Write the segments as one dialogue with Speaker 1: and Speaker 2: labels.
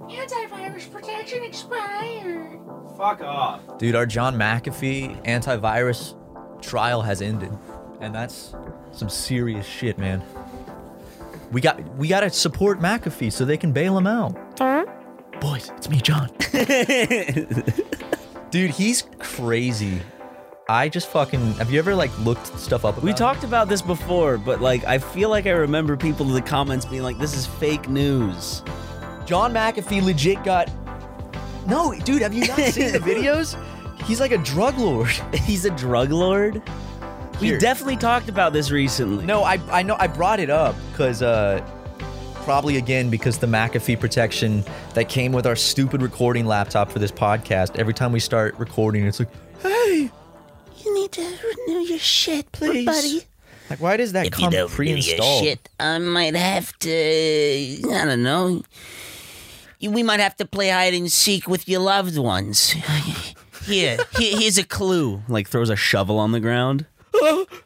Speaker 1: Antivirus protection expired.
Speaker 2: Fuck off.
Speaker 3: Dude, our John McAfee antivirus trial has ended, and that's some serious shit, man. We got we got to support McAfee so they can bail him out. Boys, it's me, John. Dude, he's crazy. I just fucking have you ever like looked stuff up? About
Speaker 4: We
Speaker 3: him?
Speaker 4: talked about this before, but like I feel like I remember people in the comments being like, "This is fake news."
Speaker 3: John McAfee legit got. No, dude, have you not seen the videos? He's like a drug lord.
Speaker 4: He's a drug lord.
Speaker 3: Here.
Speaker 4: We definitely talked about this recently.
Speaker 3: No, I I know I brought it up because uh, probably again because the McAfee protection that came with our stupid recording laptop for this podcast. Every time we start recording, it's like, hey,
Speaker 5: You need to renew your shit,
Speaker 3: Please.
Speaker 5: buddy.
Speaker 3: like why does that come pre-installed?
Speaker 5: shit, I might have to. I don't know. You- We might have to play hide and seek with your loved ones. Here, here here's a clue.
Speaker 4: Like throws a shovel on the ground.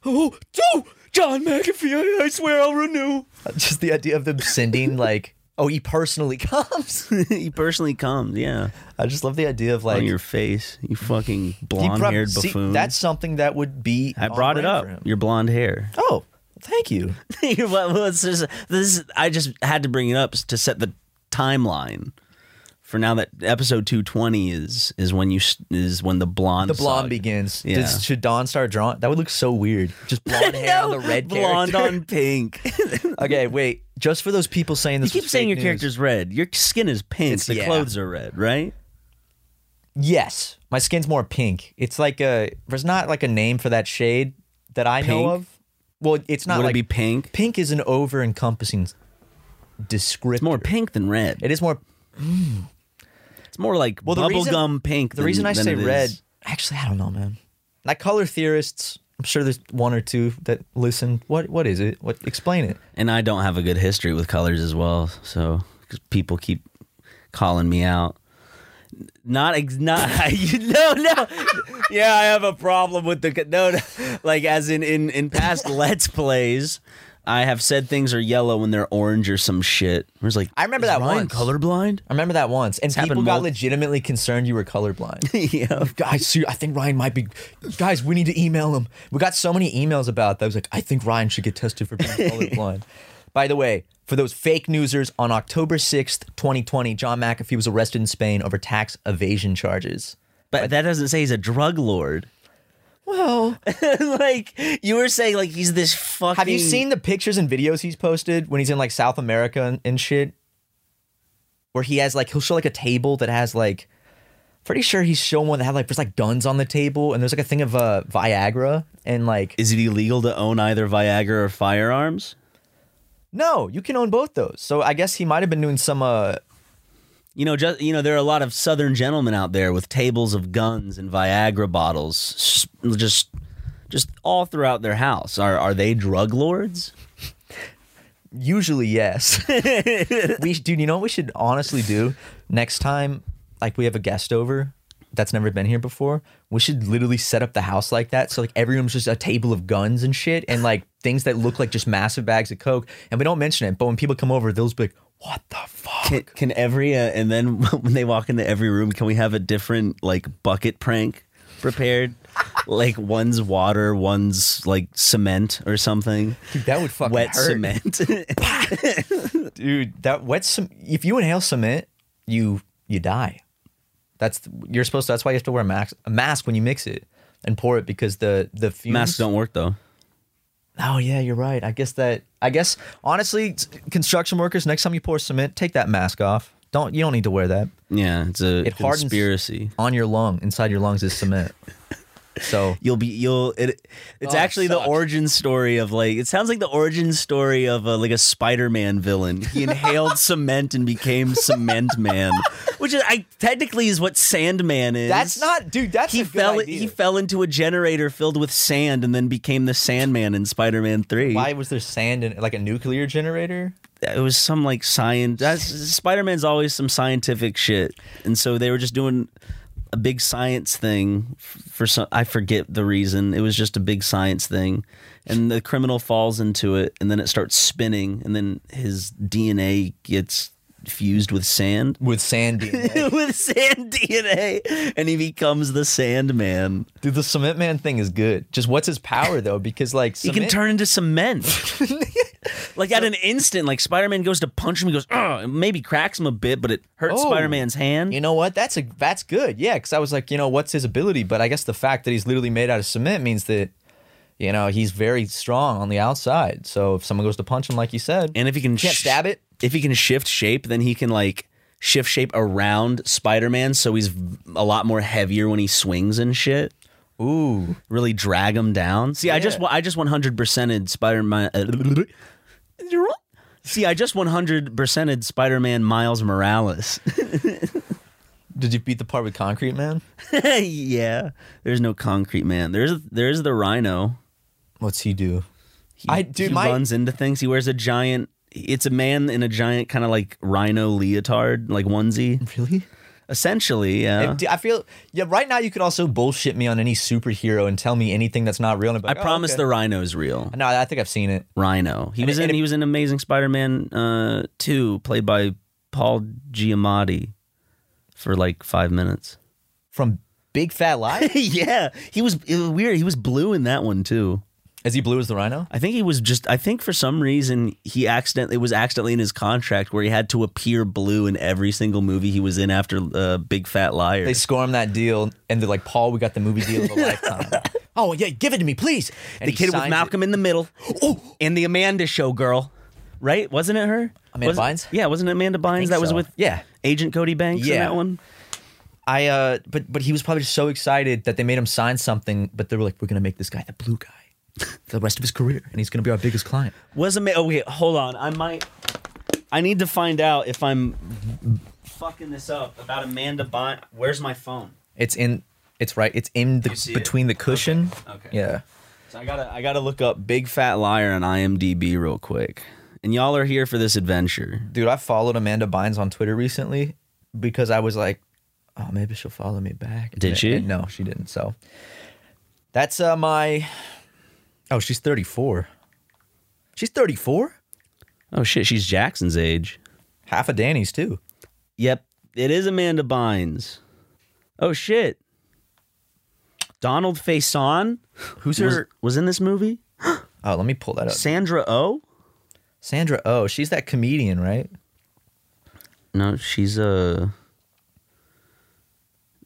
Speaker 3: Oh, no, John McAfee, I, I swear I'll renew. Just the idea of them sending like, oh, he personally comes.
Speaker 4: he personally comes, yeah,
Speaker 3: I just love the idea of like
Speaker 4: on Oh, your face. You fucking
Speaker 3: He prob-
Speaker 4: blonde-haired
Speaker 3: see,
Speaker 4: buffoon.
Speaker 3: that's something that would be.
Speaker 4: I
Speaker 3: on
Speaker 4: brought it
Speaker 3: brand
Speaker 4: up.
Speaker 3: for him.
Speaker 4: Your blonde hair.
Speaker 3: Oh, thank you.
Speaker 4: What- what's this, this is- I just had to bring it up to set the timeline. For now, that episode two twenty is is when you s- is when the blonde
Speaker 3: The blonde
Speaker 4: saga-
Speaker 3: begins.
Speaker 4: Yeah.
Speaker 3: Does, should Dawn start drawing? That would look so weird. Just blonde hair on the red
Speaker 4: blonde
Speaker 3: character.
Speaker 4: on pink. you
Speaker 3: okay, wait. Just for those people saying this.
Speaker 4: keep
Speaker 3: was
Speaker 4: saying
Speaker 3: fake
Speaker 4: your
Speaker 3: news.
Speaker 4: character's red. Your skin is pink.
Speaker 3: It's-
Speaker 4: the
Speaker 3: yeah.
Speaker 4: clothes are red, right?
Speaker 3: Yes, my skin's more pink. It's like a. There's not like a name for that shade that I know
Speaker 4: Pink?
Speaker 3: of. Well, it's not
Speaker 4: Would
Speaker 3: like
Speaker 4: it be pink?
Speaker 3: Pink is an over-encompassing descriptor.
Speaker 4: It's more pink than red.
Speaker 3: It is more
Speaker 4: It's more like
Speaker 3: Well, the reason-
Speaker 4: bubblegum pink.
Speaker 3: The
Speaker 4: than-
Speaker 3: reason I
Speaker 4: than
Speaker 3: say
Speaker 4: it is-
Speaker 3: red, actually, I don't know, man. Like color theorists, I'm sure there's one or two that listen. What what is it? What explain it?
Speaker 4: and I don't have a good history with colors as well, so 'cause people keep calling me out. Not ex- not you, no no. Yeah, I have a problem with the co- no, no like as in in in past let's plays. I have said things are yellow when they're orange or some shit. I was like,
Speaker 3: I remember
Speaker 4: is
Speaker 3: that
Speaker 4: Ryan
Speaker 3: once.
Speaker 4: Colorblind.
Speaker 3: I remember that once, and
Speaker 4: happened
Speaker 3: people got
Speaker 4: mul-
Speaker 3: legitimately concerned you were colorblind.
Speaker 4: yeah,
Speaker 3: guys, see, I think Ryan might be. Guys, we need to email him. We got so many emails about that. I was like, I think Ryan should get tested for being colorblind. By the way, for those fake newsers, on October 6th, 2020, John McAfee was arrested in Spain over tax evasion charges.
Speaker 4: but that doesn't say he's a drug lord.
Speaker 3: Well,
Speaker 4: like you were saying, like he's this fucking.
Speaker 3: Have you seen the pictures and videos he's posted when he's in like South America and, and shit? Where he has like he'll show like a table that has like pretty sure he's shown one that had like there's like guns on the table and there's like a thing of uh Viagra and like
Speaker 4: Is it illegal to own either Viagra or firearms?
Speaker 3: no, you can own both those. So I guess he might have been doing some uh
Speaker 4: You know, just you know, there are a lot of Southern gentlemen out there with tables of guns and Viagra bottles, s- just, just all throughout their house. Are are they drug lords?
Speaker 3: usually yes. we dude, you know what we should honestly do next time like we have a guest over that's never been here before. We should literally set up the house like that. So like every room's just a table of guns and shit and like things that look like just massive bags of coke and we don't mention it, but when people come over they'll just be like, "What the fuck?"
Speaker 4: Can, can every uh, and then when they walk into every room, can we have a different like bucket prank prepared? like one's water, one's like cement or something.
Speaker 3: Dude, that would fucking
Speaker 4: Wet
Speaker 3: hurt.
Speaker 4: cement.
Speaker 3: Dude, that wet some if you inhale cement, you you die. That's you're supposed to that's why you have to wear a mask, a mask when you mix it and pour it because the the fumes
Speaker 4: Masks don't work though.
Speaker 3: Oh yeah, you're right. I guess that. I guess honestly, s- construction workers. Next time you pour cement, take that mask off. Don't you don't need to wear that
Speaker 4: Yeah, it's a
Speaker 3: It hardens-
Speaker 4: conspiracy.
Speaker 3: on your lung. Inside your lungs is cement. So
Speaker 4: You'll be you'll it. It's
Speaker 3: Oh, it
Speaker 4: actually the
Speaker 3: sucks.
Speaker 4: origin story of like it sounds like the origin story of a, like a Spider-Man villain. He inhaled cement and became Cement Man, which is I technically is what Sandman is.
Speaker 3: that's not, dude. That's
Speaker 4: He
Speaker 3: a good
Speaker 4: fell.
Speaker 3: idea.
Speaker 4: He fell into a generator filled with sand and then became the Sandman in Spider-Man Three.
Speaker 3: Why was there sand in like a nuclear generator?
Speaker 4: it was some like science. That's, Spider-Man's always some scientific shit, and so they were just doing a big science thing f- for some. I forget the reason. It was just a big science thing, and the criminal falls into it, and then it starts spinning, and then his DNA gets fused with sand.
Speaker 3: With sand DNA.
Speaker 4: with sand DNA, and he becomes the Sandman.
Speaker 3: Dude, the cement man thing is good. Just what's his power though? Because like
Speaker 4: He can
Speaker 3: cement-
Speaker 4: turn into cement. like at an instant, like Spider Man goes to punch him. He goes, oh, it maybe cracks him a bit, but it hurts
Speaker 3: Oh.
Speaker 4: Spider Man's hand.
Speaker 3: You know what? That's a that's good. Yeah, because I was like, you know, what's his ability? But I guess the fact that he's literally made out of cement means that, you know, he's very strong on the outside. So if someone goes to punch him, like you said,
Speaker 4: and if he can
Speaker 3: can't stab it.
Speaker 4: if he can shift shape, then he can like shift shape around Spider Man, so he's v- a lot more heavier when he swings and shit.
Speaker 3: Ooh,
Speaker 4: Really drag him down. See, I just
Speaker 3: Yeah.
Speaker 4: wa- I just one hundred percented Spider Man. See, I just one hundred percented Spider Man Miles Morales.
Speaker 3: did you beat the part with concrete man?
Speaker 4: yeah, there's no concrete man. There's there's the Rhino.
Speaker 3: What's he do?
Speaker 4: He,
Speaker 3: I- dude,
Speaker 4: he
Speaker 3: my-
Speaker 4: runs into things. He wears a giant. It's a man in a giant kind of like rhino leotard, like onesie.
Speaker 3: Really?
Speaker 4: Essentially, yeah.
Speaker 3: I feel yeah. Right now, you could also bullshit me on any superhero and tell me anything that's not real. And I'd be
Speaker 4: I
Speaker 3: like, oh,
Speaker 4: promise
Speaker 3: okay.
Speaker 4: the rhino's real.
Speaker 3: No, I think I've seen it.
Speaker 4: Rhino. He was
Speaker 3: it-
Speaker 4: in.
Speaker 3: and it-
Speaker 4: he was in Amazing Spider-Man uh, two, played by Paul Giamatti, for like five minutes.
Speaker 3: From Big Fat Lie?
Speaker 4: yeah, he was, it was weird. He was blue in that one too.
Speaker 3: Is he blue as the rhino?
Speaker 4: I think he was just. I think for some reason he accidentally it was accidentally in his contract where he had to appear blue in every single movie he was in after uh, Big Fat Liar.
Speaker 3: They score him that deal, and they're like, Paul, we got the movie deal of a lifetime. oh, yeah, give it to me, please. And
Speaker 4: the
Speaker 3: he
Speaker 4: kid with
Speaker 3: signs it.
Speaker 4: Malcolm in the Middle, and the Amanda Show girl, right? Wasn't it her?
Speaker 3: Amanda
Speaker 4: Wasn't-
Speaker 3: Bynes?
Speaker 4: Yeah, wasn't it Amanda Bynes
Speaker 3: think
Speaker 4: that was
Speaker 3: so.
Speaker 4: with
Speaker 3: Yeah.
Speaker 4: Agent Cody Banks in
Speaker 3: Yeah.
Speaker 4: that one?
Speaker 3: I, uh, but, but he was probably just so excited that they made him sign something, but they were like, we're going to make this guy the blue guy for the rest of his career, and he's going to be our biggest client.
Speaker 4: Was Amanda? Okay, hold on. I might. I need to find out if I'm fucking this up about Amanda Bynes. Where's my phone?
Speaker 3: It's in, it's right, it's in
Speaker 4: You
Speaker 3: the,
Speaker 4: see it?
Speaker 3: between the cushion.
Speaker 4: Okay.
Speaker 3: Yeah.
Speaker 4: So I gotta I gotta look up Big Fat Liar on IMDb real quick. And y'all are here for this adventure.
Speaker 3: Dude, I followed Amanda Bynes on Twitter recently because I was like, oh, maybe she'll follow me back.
Speaker 4: Did she?
Speaker 3: No, she didn't. So that's uh, my. Oh, she's 34. She's 34?
Speaker 4: Oh shit, she's Jackson's age.
Speaker 3: Half of Danny's, too.
Speaker 4: Yep, it is Amanda Bynes. Oh shit. Donald Faison,
Speaker 3: Who's
Speaker 4: was,
Speaker 3: her.
Speaker 4: was in this movie.
Speaker 3: Oh, let me pull that up.
Speaker 4: Sandra Oh?
Speaker 3: Sandra Oh, she's that comedian, right?
Speaker 4: No, she's uh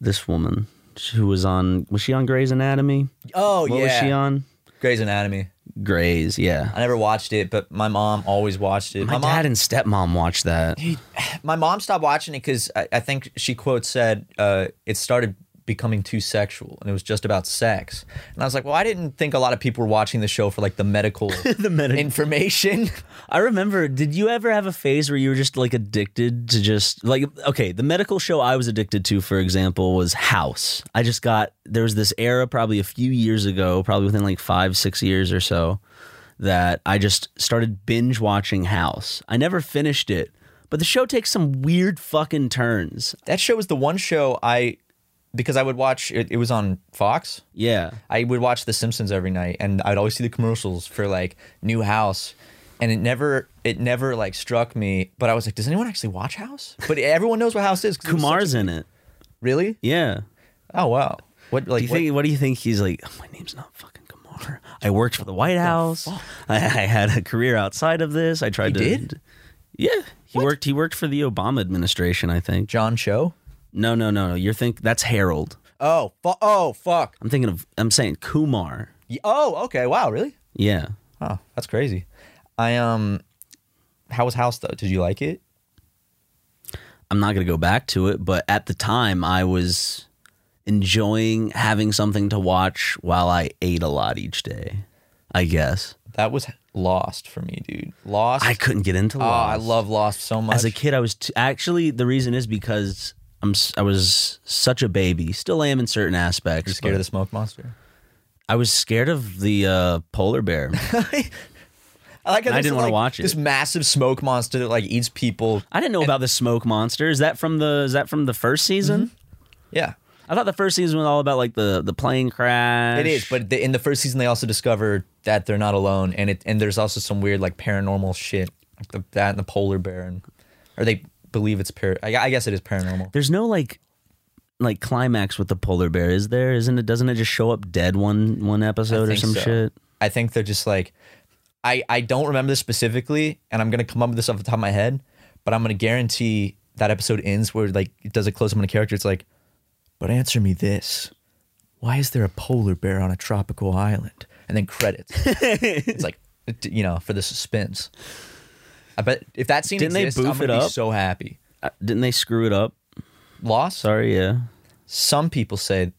Speaker 4: this woman who was on was she on Grey's Anatomy?
Speaker 3: Oh,
Speaker 4: what was she on?
Speaker 3: Grey's Anatomy.
Speaker 4: Grey's, yeah.
Speaker 3: I never watched it, but my mom always watched it.
Speaker 4: My,
Speaker 3: mom,
Speaker 4: dad and stepmom watched that.
Speaker 3: my mom stopped watching it because I, I think she quote said uh, it started becoming too sexual and it was just about sex and i was like well i didn't think a lot of people were watching the show for like the medical the
Speaker 4: medical-
Speaker 3: information
Speaker 4: I remember. Did you ever have a phase where you were just like addicted to just like okay, the medical show I was addicted to, for example, was House. I just got there was this era probably a few years ago, probably within like five, six years or so, that I just started binge watching House. I never finished it, but the show takes some weird fucking turns.
Speaker 3: that show was the one show i because i would watch it, it was on fox
Speaker 4: Yeah,
Speaker 3: I would watch The Simpsons every night, and I'd always see the commercials for like new house, and it never it never like struck me. But I was like, does anyone actually watch House? But everyone knows what House is. 'cause it was such
Speaker 4: Kumar's
Speaker 3: a-
Speaker 4: in it.
Speaker 3: really?
Speaker 4: Yeah.
Speaker 3: Oh wow. What
Speaker 4: Do
Speaker 3: like
Speaker 4: you
Speaker 3: what-
Speaker 4: think? What do you think? He's like, "Oh, my name's not fucking Kamar. I worked for the White House. I, I had a career outside of this. I tried
Speaker 3: He
Speaker 4: to.
Speaker 3: did?
Speaker 4: Yeah, he worked. He worked for the Obama administration. I think.
Speaker 3: John Cho?
Speaker 4: No, no, no, no. You're think that's Harold.
Speaker 3: Oh fu- oh fuck.
Speaker 4: I'm thinking of. I'm saying Kumar.
Speaker 3: Y- Oh okay. Wow. Really?
Speaker 4: Yeah.
Speaker 3: Oh, that's crazy. I um, how was House though? Did you like it?
Speaker 4: I'm not gonna go back to it, but at the time I was. enjoying having something to watch while I ate a lot each day. I guess
Speaker 3: That was Lost for me, dude. Lost.
Speaker 4: I couldn't get into.
Speaker 3: Oh, I
Speaker 4: Lost.
Speaker 3: love Lost so much.
Speaker 4: As a kid, I was t- actually the reason is because I'm s- I was such a baby. Still am in certain aspects.
Speaker 3: You're scared
Speaker 4: but
Speaker 3: of the smoke monster.
Speaker 4: I was scared of the uh, polar bear.
Speaker 3: I like how
Speaker 4: And I
Speaker 3: this is
Speaker 4: didn't wanna
Speaker 3: like
Speaker 4: watch it.
Speaker 3: This massive smoke monster that like eats people.
Speaker 4: I didn't know about the smoke monster. Is that from the is that from the first season?
Speaker 3: Mm-hmm. Yeah,
Speaker 4: I thought the first season was all about like the the plane crash.
Speaker 3: it is. But the, in the first season, they also discover that they're not alone, and it and there's also some weird like paranormal shit, like the, that and the polar bear, and or they believe it's par. I, I guess it is paranormal.
Speaker 4: there's no like like climax with the polar bear, is there? Isn't it? Doesn't it just show up dead one one episode or
Speaker 3: think
Speaker 4: some
Speaker 3: so.
Speaker 4: shit?
Speaker 3: I think they're just like, I I don't remember this specifically, and I'm gonna come up with this off the top of my head, but I'm gonna guarantee that episode ends where like it does a close up on a character. It's like, but answer me this: Why is there a polar bear on a tropical island? And then credits. it's like, it- you know, for the suspense. I bet if that scene
Speaker 4: Didn't they
Speaker 3: exists, I'm
Speaker 4: boof
Speaker 3: gonna
Speaker 4: it
Speaker 3: be
Speaker 4: up?
Speaker 3: so happy.
Speaker 4: Uh, Didn't they screw it up?
Speaker 3: Lost.
Speaker 4: Sorry, yeah.
Speaker 3: Some people say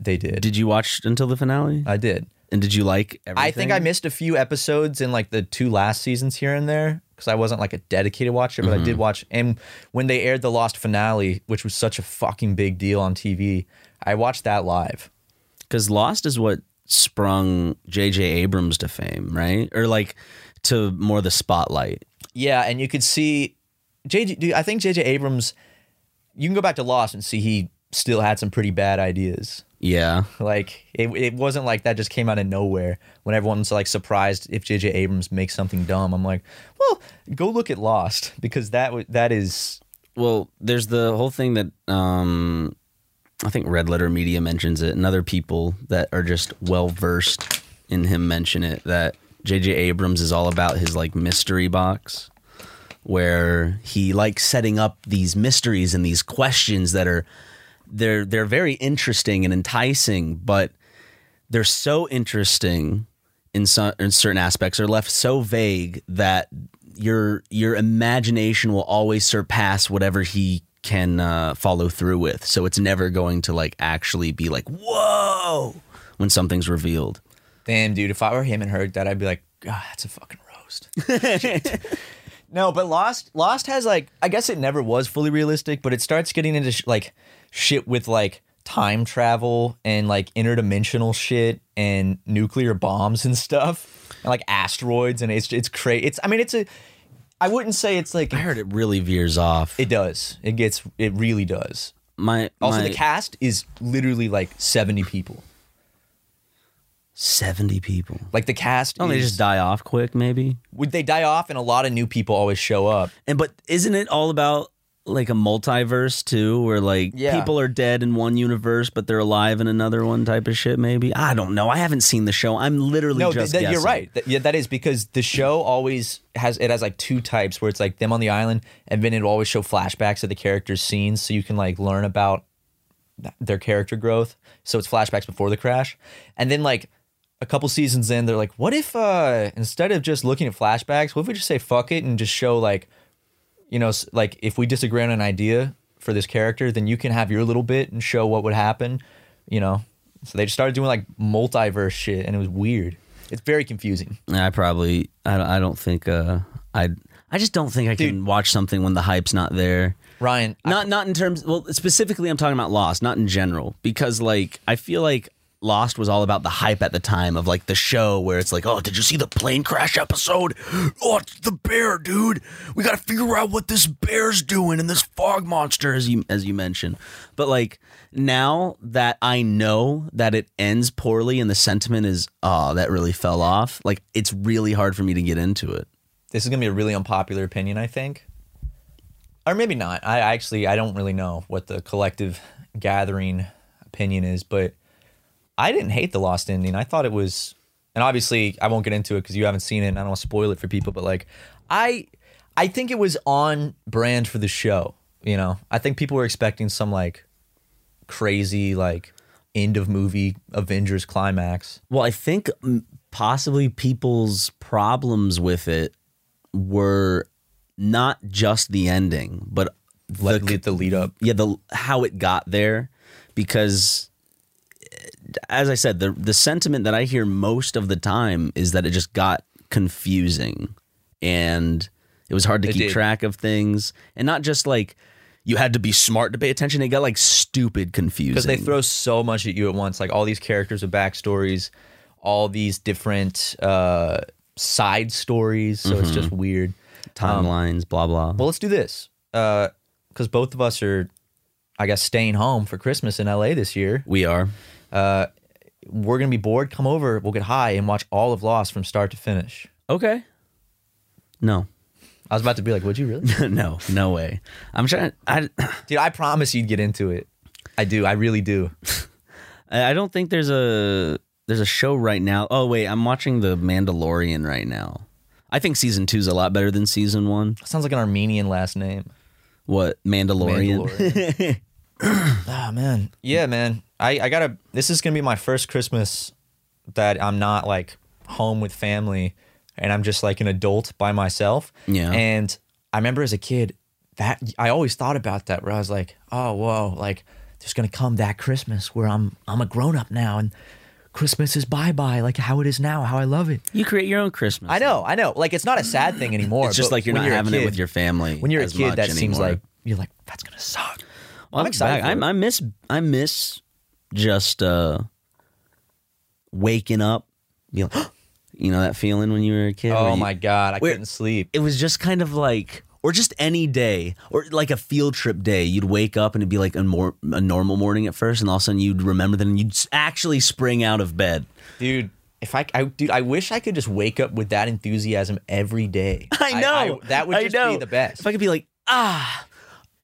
Speaker 3: they did.
Speaker 4: Did you watch until the finale?
Speaker 3: I did.
Speaker 4: and did you like everything?
Speaker 3: I think I missed a few episodes in like the two last seasons here and there because I wasn't like a dedicated watcher, but I did watch. And when they aired the Lost finale, which was such a fucking big deal on TV, I watched that live.
Speaker 4: because Lost is what sprung J.J. Abrams to fame, right? Or like to more the spotlight.
Speaker 3: Yeah, and you could see JJ. Dude, I think JJ Abrams. You can go back to Lost and see he still had some pretty bad ideas.
Speaker 4: Yeah,
Speaker 3: Like it, it wasn't like that just came out of nowhere when everyone's like surprised if JJ Abrams makes something dumb. I'm like, well, go look at Lost because that w- that is
Speaker 4: well, there's the whole thing that um, I think Red Letter Media mentions it, and other people that are just well versed in him mention it that J.J. Abrams is all about his like mystery box, where he likes setting up these mysteries and these questions that are they're they're very interesting and enticing, but they're so interesting in some in certain aspects are left so vague that your your imagination will always surpass whatever he can uh, follow through with. So it's never going to like actually be like whoa when something's revealed.
Speaker 3: Damn, dude, if I were him and heard that, I'd be like, God, that's a fucking roast. Shit. no, but Lost, Lost has like, I guess it never was fully realistic, but it starts getting into sh- like shit with like time travel and like interdimensional shit and nuclear bombs and stuff, and like asteroids, and it's it's crazy. It's, I mean, it's a, I wouldn't say it's like
Speaker 4: I heard it really veers off.
Speaker 3: it does. It gets, it really does.
Speaker 4: my
Speaker 3: Also,
Speaker 4: my
Speaker 3: the cast is literally like seventy people.
Speaker 4: seventy people.
Speaker 3: Like the cast,
Speaker 4: Don't they
Speaker 3: is-
Speaker 4: just die off quick? Maybe.
Speaker 3: would they die off, and a lot of new people always show up.
Speaker 4: And but isn't it all about like a multiverse too, where like
Speaker 3: Yeah.
Speaker 4: people are dead in one universe but they're alive in another one type of shit? Maybe I don't know. I haven't seen the show. I'm literally
Speaker 3: no, th-
Speaker 4: just
Speaker 3: that- you're
Speaker 4: guessing.
Speaker 3: right. That- yeah, that is because the show always has it has like two types where it's like them on the island, and then it'll always show flashbacks of the characters' scenes, so you can like learn about th- their character growth. So it's flashbacks before the crash, and then like a couple seasons in, they're like, what if uh instead of just looking at flashbacks, what if we just say fuck it and just show like, you know, s- like if we disagree on an idea for this character, then you can have your little bit and show what would happen, you know. So they just started doing like multiverse shit, and it was weird. It's very confusing.
Speaker 4: I probably I don't, I don't think uh I I just don't think I can watch something when the hype's not there.
Speaker 3: Ryan, I-
Speaker 4: Not not in terms well specifically I'm talking about Lost, not in general because like I feel like Lost was all about the hype at the time of like the show where it's like, "Oh, did you see the plane crash episode? Oh, it's the bear, dude. We got to figure out what this bear's doing and this fog monster as you as you mentioned." But like now that I know that it ends poorly and the sentiment is, "Oh, that really fell off." Like it's really hard for me to get into it.
Speaker 3: this is gonna be a really unpopular opinion, I think, or maybe not. I I actually I don't really know what the collective gathering opinion is, but I didn't hate the Lost ending. I thought it was, and obviously I won't get into it because you haven't seen it, and I don't want to spoil it for people. But like, I I think it was on brand for the show. You know, I think people were expecting some like crazy like end of movie Avengers climax.
Speaker 4: Well, I think mm, possibly people's problems with it were not just the ending, but
Speaker 3: Let, the lead up.
Speaker 4: yeah, the how it got there because eh, as I said, the the sentiment that I hear most of the time is that it just got confusing and it was hard to
Speaker 3: It
Speaker 4: keep
Speaker 3: did.
Speaker 4: track of things and not just like you had to be smart to pay attention. It got like stupid confusing.
Speaker 3: because they throw so much at you at once like all these characters with backstories all these different uh side stories so it's just weird
Speaker 4: timelines, blah blah.
Speaker 3: um, well let's do this because both of us are i guess staying home for christmas in la this year
Speaker 4: we are.
Speaker 3: we're gonna be bored come over we'll get high and watch all of lost from start to finish
Speaker 4: Okay. No.
Speaker 3: i was about to be like would you really
Speaker 4: no, no way. I'm trying I
Speaker 3: dude i promise you'd get into it i do i really do
Speaker 4: I I don't think there's a there's a show right now. Oh wait, I'm watching The Mandalorian right now. I think season two's a lot better than season one.
Speaker 3: sounds like an armenian last name
Speaker 4: What Mandalorian?
Speaker 3: Ah man. Yeah, man. I, I gotta this is gonna be my first Christmas that I'm not like home with family and I'm just like an adult by myself.
Speaker 4: Yeah.
Speaker 3: And I remember as a kid that I always thought about that where I was like, oh whoa, like there's gonna come that Christmas where I'm I'm a grown up now and Christmas is bye bye, like how it is now, how I love it.
Speaker 4: you create your own Christmas.
Speaker 3: I know, I know. Like it's not a sad thing anymore.
Speaker 4: It's just
Speaker 3: but
Speaker 4: like you're
Speaker 3: when
Speaker 4: not
Speaker 3: a
Speaker 4: having it
Speaker 3: kid-
Speaker 4: with your family.
Speaker 3: when you're a
Speaker 4: as
Speaker 3: kid,
Speaker 4: much
Speaker 3: that seems
Speaker 4: anymore.
Speaker 3: like you're like, that's gonna suck.
Speaker 4: Well,
Speaker 3: I'm excited for
Speaker 4: I'm,
Speaker 3: it.
Speaker 4: I miss I miss just uh waking up. You know, you know that feeling when you were a kid. where
Speaker 3: Oh
Speaker 4: you-
Speaker 3: my god, I
Speaker 4: Wait.
Speaker 3: couldn't sleep.
Speaker 4: it was just kind of like or just any day or like a field trip day you'd wake up and it'd be like a more a normal morning at first and all of a sudden you'd remember that and you'd s- actually spring out of bed
Speaker 3: dude if I, I dude i wish i could just wake up with that enthusiasm every day that would
Speaker 4: I
Speaker 3: just
Speaker 4: know.
Speaker 3: be the best
Speaker 4: if i could be like ah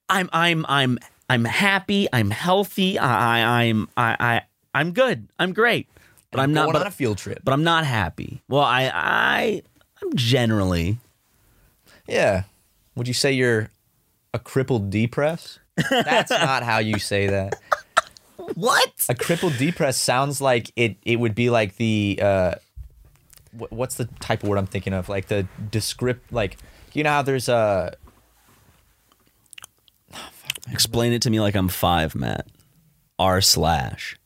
Speaker 4: i'm i'm i'm i'm happy i'm healthy i, I i'm i, I i'm good i'm great but i'm,
Speaker 3: I'm
Speaker 4: not
Speaker 3: going
Speaker 4: but,
Speaker 3: on a field trip
Speaker 4: but i'm not happy well i i i'm generally
Speaker 3: yeah would you say you're a crippled depress that's not how you say that
Speaker 4: what
Speaker 3: a crippled depress sounds like it it would be like the uh wh- what's the type of word i'm thinking of like the descript like you know how there's uh, a
Speaker 4: Explain it to me like I'm five, Matt. R slash.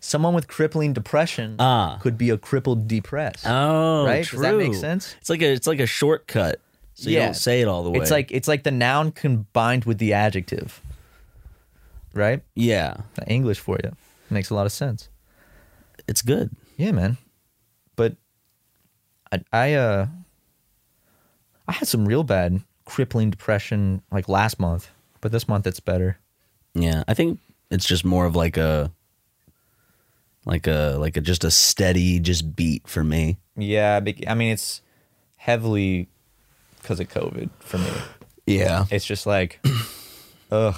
Speaker 3: someone with crippling depression
Speaker 4: Ah.
Speaker 3: could be a crippled depressed
Speaker 4: Oh,
Speaker 3: Right? Does that make sense?
Speaker 4: It's like a it's like a shortcut, so you
Speaker 3: Yeah.
Speaker 4: don't say it all the way.
Speaker 3: It's like it's like the noun combined with the adjective. Right?
Speaker 4: yeah,
Speaker 3: The English for you. Makes a lot of sense.
Speaker 4: it's good.
Speaker 3: Yeah, man. But I I uh I had some real bad crippling depression like last month, but this month it's better.
Speaker 4: Yeah, I think it's just more of like a like a like a just a steady just beat for me.
Speaker 3: Yeah, bec- I mean it's heavily cuz of COVID for me.
Speaker 4: Yeah,
Speaker 3: It's just like ugh.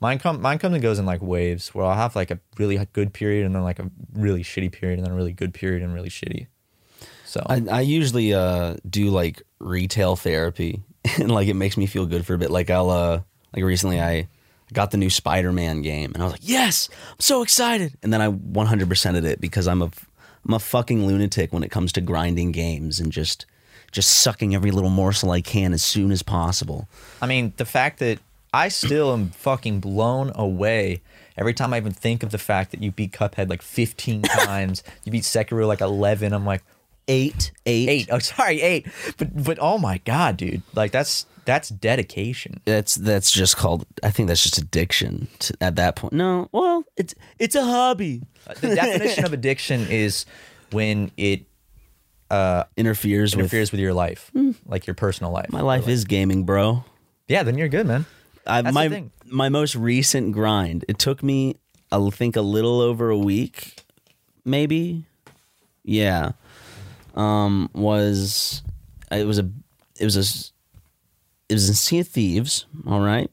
Speaker 3: Mine come mine comes and goes in like waves where I'll have like a really good period and then like a really shitty period and then a really good period and really shitty. So
Speaker 4: I, I usually uh do like retail therapy, and like it makes me feel good for a bit. Like I'll uh like recently I. Got the new Spider-Man game, and I was like, "Yes, I'm so excited!" And then I 100%ed it because I'm a, I'm a fucking lunatic when it comes to grinding games and just, just sucking every little morsel I can as soon as possible.
Speaker 3: I mean, the fact that I still am fucking blown away every time I even think of the fact that you beat Cuphead like 15 times, you beat Sekiro like 11. I'm like,
Speaker 4: Eight, eight,
Speaker 3: eight. Oh, sorry, eight. But but oh my god, dude, like that's that's dedication.
Speaker 4: That's that's just called. I think that's just addiction to, at that point. No, well, it's it's a hobby.
Speaker 3: The definition of addiction is when it
Speaker 4: Interferes,
Speaker 3: interferes with your life,
Speaker 5: Hmm.
Speaker 3: like your personal life.
Speaker 4: with my life is gaming, bro.
Speaker 3: Yeah, then you're good, man.
Speaker 4: I,
Speaker 3: That's the
Speaker 4: my
Speaker 3: thing.
Speaker 4: my most recent grind. It took me, I think, a little over a week, maybe. Yeah, um, was it was a it was a s- it was in Sea of Thieves. All right,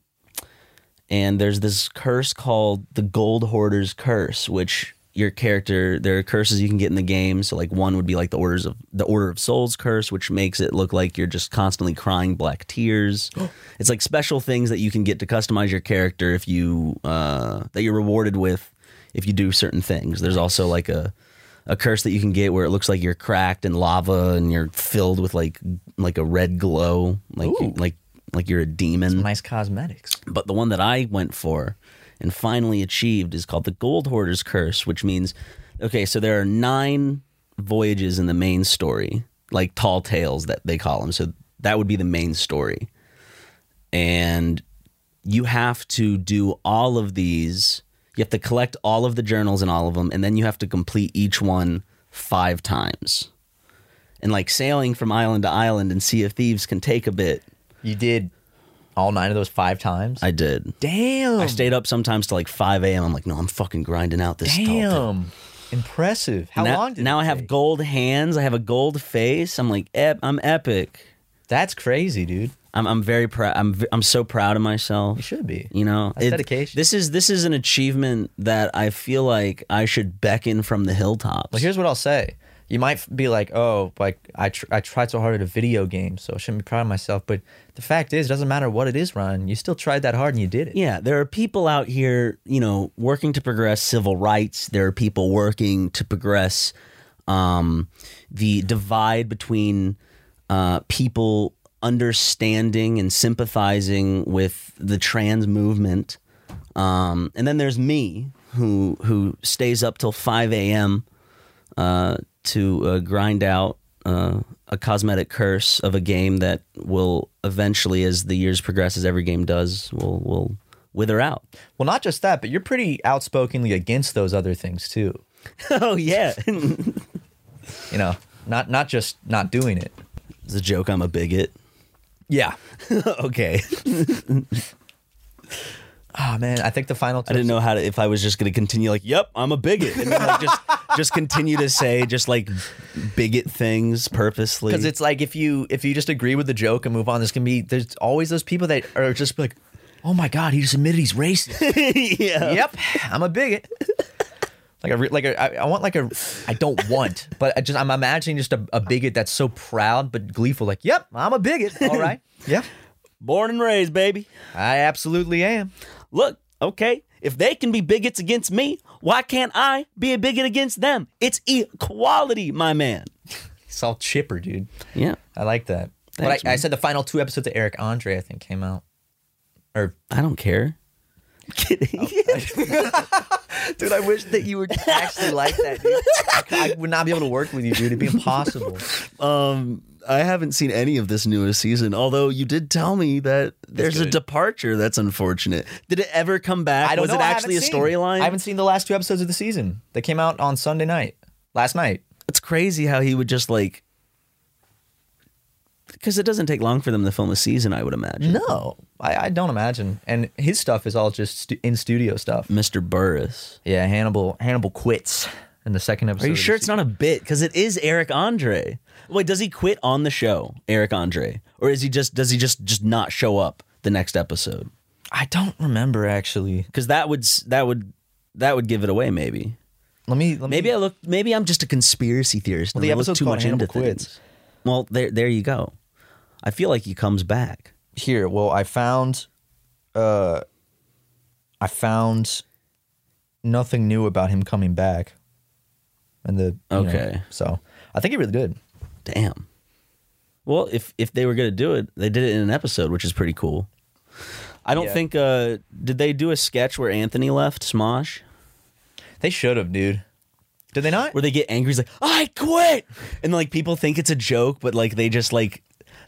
Speaker 4: and there's this curse called the Gold Hoarder's Curse, which your character there are curses you can get in the game. So like one would be like the orders of the Order of Souls curse, which makes it look like you're just constantly crying black tears. it's like special things that you can get to customize your character if you uh, that you're rewarded with if you do certain things. There's also like a a curse that you can get where it looks like you're cracked in lava and you're filled with like like a red glow, like like like you're a demon
Speaker 5: Hmm.
Speaker 3: Nice cosmetics.
Speaker 4: but the one that I went for, and
Speaker 5: and finally achieved is called the Gold Hoarder's Curse, which means okay, so there are nine voyages in the main story, like tall tales that they call them. So that would be the main story. And you have to do all of these. You have to collect all of the journals and all of them, and then you have to complete each one five times. And like sailing from island to island and Sea of Thieves can take a bit.
Speaker 3: You did all nine of those five times.
Speaker 5: I did.
Speaker 3: damn.
Speaker 5: I stayed up sometimes to like 5 a.m. I'm like, no, I'm fucking grinding out this tall tale."
Speaker 3: damn. Impressive. How
Speaker 5: now,
Speaker 3: long did
Speaker 5: now
Speaker 3: it
Speaker 5: I have
Speaker 3: take?
Speaker 5: gold hands. I have a gold face. I'm like, ep- I'm epic.
Speaker 3: That's crazy, dude.
Speaker 5: I'm, I'm very proud. I'm, v- I'm so proud of myself.
Speaker 3: You should be.
Speaker 5: You know,
Speaker 3: That's dedication.
Speaker 5: This is this is an achievement that I feel like I should beckon from the hilltops.
Speaker 3: Well, here's what I'll say. You might f- be like, oh, like I, tr- I tried so hard at a video game, so I shouldn't be proud of myself. But the fact is, it doesn't matter what it is, Ryan. You still tried that hard and you did it.
Speaker 5: yeah, there are people out here, you know, working to progress civil rights. There are people working to progress um, the divide between uh, people understanding and sympathizing with the trans movement. Um, and then there's me who who stays up till 5 a.m. Uh, to uh, grind out uh, a cosmetic curse of a game that will eventually, as the years progress, as every game does, will will wither out.
Speaker 3: Well, not just that, but you're pretty outspokenly against those other things too.
Speaker 5: oh yeah,
Speaker 3: You know, not not just not doing it.
Speaker 5: it's a joke. I'm a bigot.
Speaker 3: Yeah.
Speaker 5: okay,
Speaker 3: Oh man, I think the final.
Speaker 5: I didn't know how to if I was just going to continue like, yep, I'm a bigot, and then like just just continue to say just like bigot things purposely.
Speaker 3: because it's like if you if you just agree with the joke and move on, there's gonna be there's always those people that are just like, oh my god, he just admitted he's racist.
Speaker 5: yeah.
Speaker 3: yep, I'm a bigot. Like a re- like a, I, I want like a I don't want, but I just I'm imagining just a, a bigot that's so proud but gleeful. Like, yep, I'm a bigot. All right. yep,
Speaker 5: born and raised, baby.
Speaker 3: I absolutely am.
Speaker 5: Look, okay, if they can be bigots against me, why can't I be a bigot against them? It's equality, my man.
Speaker 3: It's all chipper, dude.
Speaker 5: Yeah.
Speaker 3: I like that.
Speaker 5: Thanks,
Speaker 3: but I, I
Speaker 5: man.
Speaker 3: said the final two episodes of Eric Andre, I think, came out. Or
Speaker 5: I don't care. Kidding.
Speaker 3: dude, I wish that you would actually like that. Dude. I, would not be able to work with you, dude. It'd be impossible.
Speaker 5: Um, I haven't seen any of this newest season, although you did tell me that there's a
Speaker 3: good.
Speaker 5: departure that's unfortunate. Did it ever come back?
Speaker 3: I don't
Speaker 5: Was
Speaker 3: know, I
Speaker 5: it
Speaker 3: haven't
Speaker 5: actually a
Speaker 3: seen-
Speaker 5: storyline?
Speaker 3: I haven't seen the last two episodes of the season. They came out on Sunday night, last night.
Speaker 5: It's crazy how he would just like. Because it doesn't take long for them to film a season, I would imagine.
Speaker 3: No, I, I don't imagine. And his stuff is all just stu- in studio stuff.
Speaker 5: Mr. Burris.
Speaker 3: Yeah, Hannibal. Hannibal quits in the second episode.
Speaker 5: Are you
Speaker 3: of the
Speaker 5: sure it's not a bit? Because it is Eric Andre. Wait, does he quit on the show, Eric Andre, or is he just does he just just not show up the next episode?
Speaker 3: season. I don't remember actually.
Speaker 5: Because that would s- that would that would give it away. Maybe
Speaker 3: Let me. Let me
Speaker 5: maybe I look maybe I'm just a conspiracy theorist.
Speaker 3: Well,
Speaker 5: and
Speaker 3: the
Speaker 5: I look
Speaker 3: episode's
Speaker 5: too
Speaker 3: called
Speaker 5: much
Speaker 3: Hannibal
Speaker 5: into
Speaker 3: Quits.
Speaker 5: things. Well, there there you go. I feel like he comes back.
Speaker 3: here well i found uh i found nothing new about him coming back and the you know,
Speaker 5: Okay.
Speaker 3: so i think he really did
Speaker 5: Damn. Well, if if they were gonna do it, they did it in an episode, which is pretty cool. I don't
Speaker 3: Yeah.
Speaker 5: think uh did they do a sketch where Anthony left Smosh?
Speaker 3: they should have dude did they not
Speaker 5: where they get angry. He's like, I quit. And like people think it's a joke, but like they just like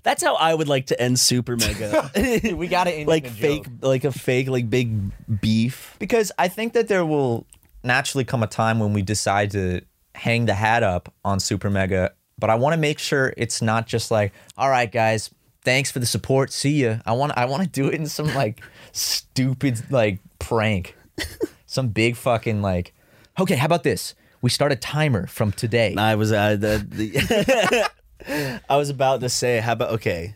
Speaker 5: that's how I would like to end Super Mega.
Speaker 3: we gotta end it
Speaker 5: like
Speaker 3: in a joke.
Speaker 5: fake like a fake like big beef.
Speaker 3: because i think that there will naturally come a time when we decide to hang the hat up on super mega but i want to make sure it's not just like all right guys thanks for the support see ya i want i want to do it in some like stupid like prank some big fucking like okay how about this we start a timer from today
Speaker 5: I was I the, the I was about to say, how about okay.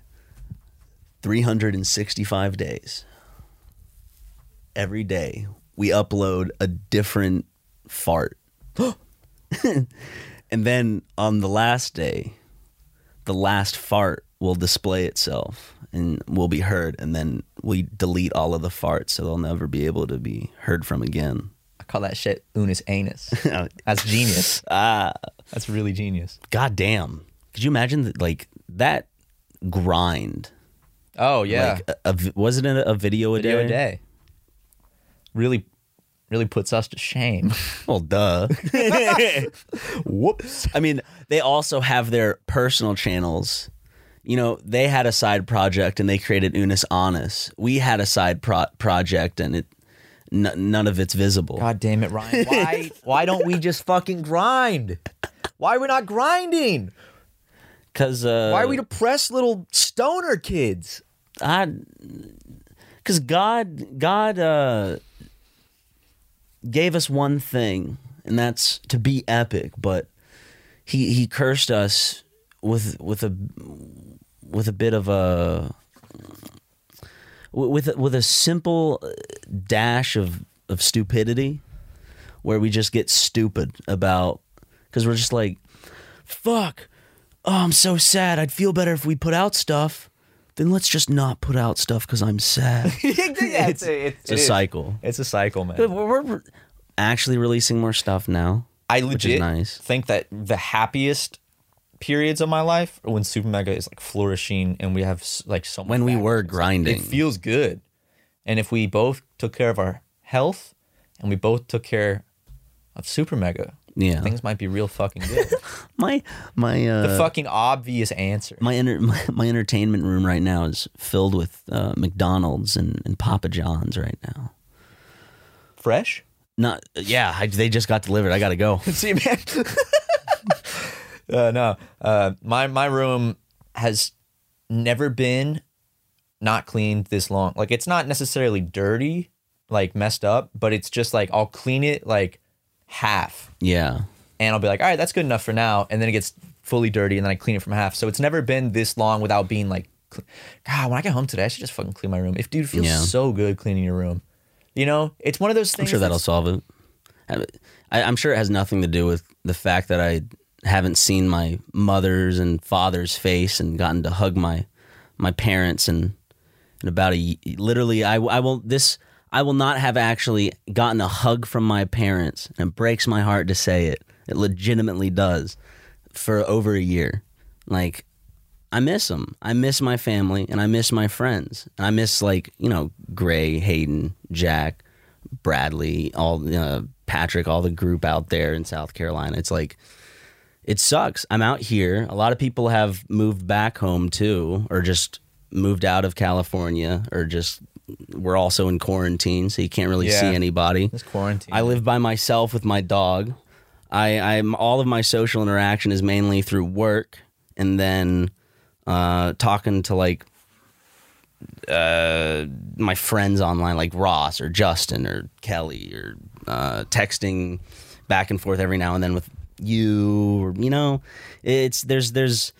Speaker 5: 365 days. Every day we upload a different fart. and then on the last day, the last fart will display itself and will be heard and then we delete all of the farts so they'll never be able to be heard from again.
Speaker 3: i call that shit unis anus that's genius that's really genius
Speaker 5: God damn. Could you imagine that, like that grind?
Speaker 3: oh yeah
Speaker 5: Like a, a vi- wasn't it a video a
Speaker 3: video
Speaker 5: day?
Speaker 3: a day. Really really puts us to shame.
Speaker 5: Well, duh.
Speaker 3: Whoops.
Speaker 5: I mean, they also have their personal channels. You know, they had a side project and they created Unis Honest. We had a side pro- project and it n- none of it's visible.
Speaker 3: God damn it, Ryan. Why why don't we just fucking grind? Why are we not grinding?
Speaker 5: Cause uh,
Speaker 3: Why are we depressed little stoner kids?
Speaker 5: Because God, God uh, gave us one thing, and that's to be epic. But he he cursed us with with a with a bit of a with with a simple dash of of stupidity, where we just get stupid about because we're just like, fuck. Oh, I'm so sad. I'd feel better if we put out stuff. Then let's just not put out stuff because I'm sad.
Speaker 3: it's,
Speaker 5: It's a cycle.
Speaker 3: It's a cycle, man.
Speaker 5: We're, we're actually releasing more stuff now.
Speaker 3: I
Speaker 5: which is
Speaker 3: legit
Speaker 5: nice.
Speaker 3: think that the happiest periods of my life are when Super Mega is like flourishing and we have s- like so much
Speaker 5: When we
Speaker 3: back.
Speaker 5: were
Speaker 3: It
Speaker 5: grinding,
Speaker 3: feels good. And if we both took care of our health and we both took care of Super Mega,
Speaker 5: Yeah.
Speaker 3: things might be real fucking good.
Speaker 5: my my uh,
Speaker 3: the fucking obvious answer.
Speaker 5: my, enter- my my entertainment room right now is filled with uh, McDonald's and, and Papa John's right now.
Speaker 3: Fresh?
Speaker 5: Not yeah, I, they just got delivered. I gotta go.
Speaker 3: See, man. uh, no, uh, my my room has never been not cleaned this long. Like, it's not necessarily dirty, like messed up, but it's just like I'll clean it like half,
Speaker 5: Yeah,
Speaker 3: and I'll be like, all right, that's good enough for now, and then it gets fully dirty, and then I clean it from half. So it's never been this long without being like, cle- God, when I get home today, I should just fucking clean my room. If dude it feels
Speaker 5: Yeah.
Speaker 3: so good cleaning your room, you know, it's one of those
Speaker 5: I'm
Speaker 3: things.
Speaker 5: sure that'll
Speaker 3: that's-
Speaker 5: solve it. I, I- I'm sure it has nothing to do with the fact that I haven't seen my mother's and father's face and gotten to hug my my parents and in about a ye- literally I, I will this I will not have actually gotten a hug from my parents and it breaks my heart to say it it legitimately does for over a year like I miss them I miss my family and I miss my friends I miss like you know Gray Hayden Jack Bradley all uh, Patrick all the group out there in South Carolina it's like it sucks. I'm out here. A lot of people have moved back home too, or just moved out of California, or just we're also in quarantine, so you can't really
Speaker 3: Yeah.
Speaker 5: see anybody.
Speaker 3: It's quarantine.
Speaker 5: I live by myself with my dog. I, I'm all of my social interaction is mainly through work and then uh, talking to like uh, my friends online, like Ross or Justin or Kelly, or uh, texting back and forth every now and then with you. Or, you know, it's there's there's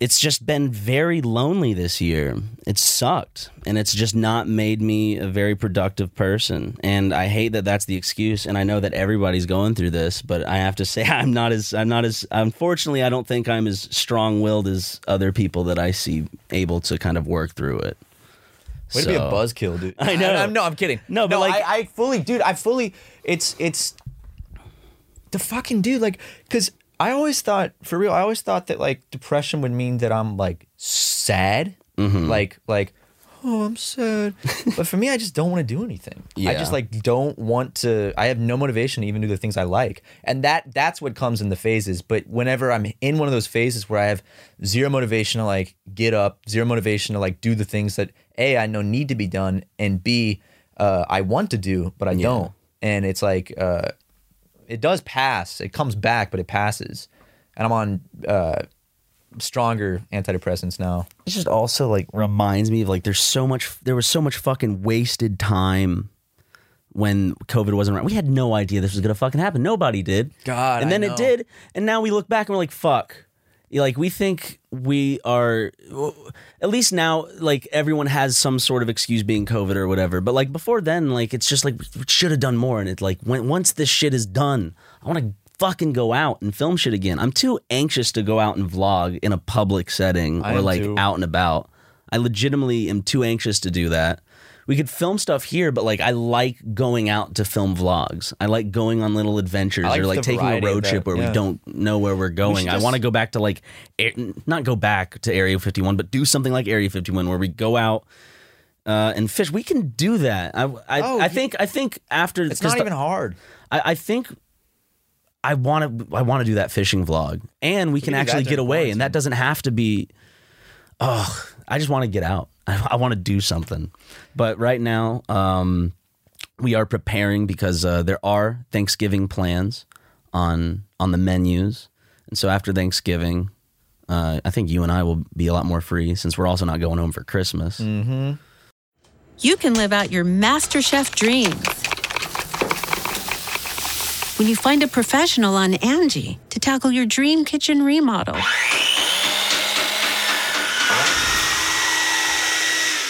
Speaker 5: it's just been very lonely this year. It sucked, and it's just not made me a very productive person. And I hate that that's the excuse. And I know that everybody's going through this, but I have to say I'm not as I'm not as unfortunately I don't think I'm as strong-willed as other people that I see able to kind of work through it.
Speaker 3: Way to be a
Speaker 5: So-
Speaker 3: buzzkill, dude.
Speaker 5: I know.
Speaker 3: I, am no, I'm kidding.
Speaker 5: No, but like-
Speaker 3: I, I fully, dude. I fully. It's it's the fucking dude. Like, cause I always thought, for real, I always thought that like depression would mean that I'm like sad, like like oh I'm sad. but for me, I just don't want to do anything. I
Speaker 5: Yeah.
Speaker 3: just like don't want to. I have no motivation to even do the things I like, and that that's what comes in the phases. But whenever I'm in one of those phases where I have zero motivation to like get up, zero motivation to like do the things that a I know need to be done, and b uh, I want to do, but I don't. And it's like uh, it does pass. It comes back, but it passes. And I'm on uh, stronger antidepressants now.
Speaker 5: It just also like reminds me of like there's so much there was so much fucking wasted time when COVID wasn't around. We had no idea this was gonna fucking happen. Nobody did.
Speaker 3: God,
Speaker 5: And then
Speaker 3: I know.
Speaker 5: it did. And now we look back and we're like, fuck. Like we think we are at least now like everyone has some sort of excuse being COVID or whatever. But like before then, like it's just like we should have done more. And it's like when once this shit is done, I want to fucking go out and film shit again. I'm too anxious to go out and vlog in a public setting
Speaker 3: I
Speaker 5: or
Speaker 3: am
Speaker 5: like
Speaker 3: too.
Speaker 5: out and about. I legitimately am too anxious to do that. We could film stuff here, but like I like going out to film vlogs. I like going on little adventures
Speaker 3: I like
Speaker 5: or like
Speaker 3: the
Speaker 5: taking a
Speaker 3: variety of
Speaker 5: road
Speaker 3: that,
Speaker 5: trip where
Speaker 3: yeah.
Speaker 5: we don't know where we're going. I
Speaker 3: just-
Speaker 5: want to go back to like air, not go back to Area 51, but do something like Area 51 where we go out uh, and fish. We can do that. I I,
Speaker 3: Oh,
Speaker 5: I
Speaker 3: you-
Speaker 5: think I think after
Speaker 3: It's not even hard.
Speaker 5: I, I think I want to I want to do that fishing vlog, and we can
Speaker 3: do
Speaker 5: actually
Speaker 3: that
Speaker 5: get
Speaker 3: during
Speaker 5: away, and
Speaker 3: quarantine.
Speaker 5: that doesn't have to be. Oh, I just want to get out. I, I want to do something, but right now, um, we are preparing because uh, there are Thanksgiving plans on on the menus, and so after Thanksgiving. Uh, I think you and I will be a lot more free since we're also not going home for Christmas.
Speaker 6: you can live out your MasterChef dreams when you find a professional on Angie to tackle your dream kitchen remodel.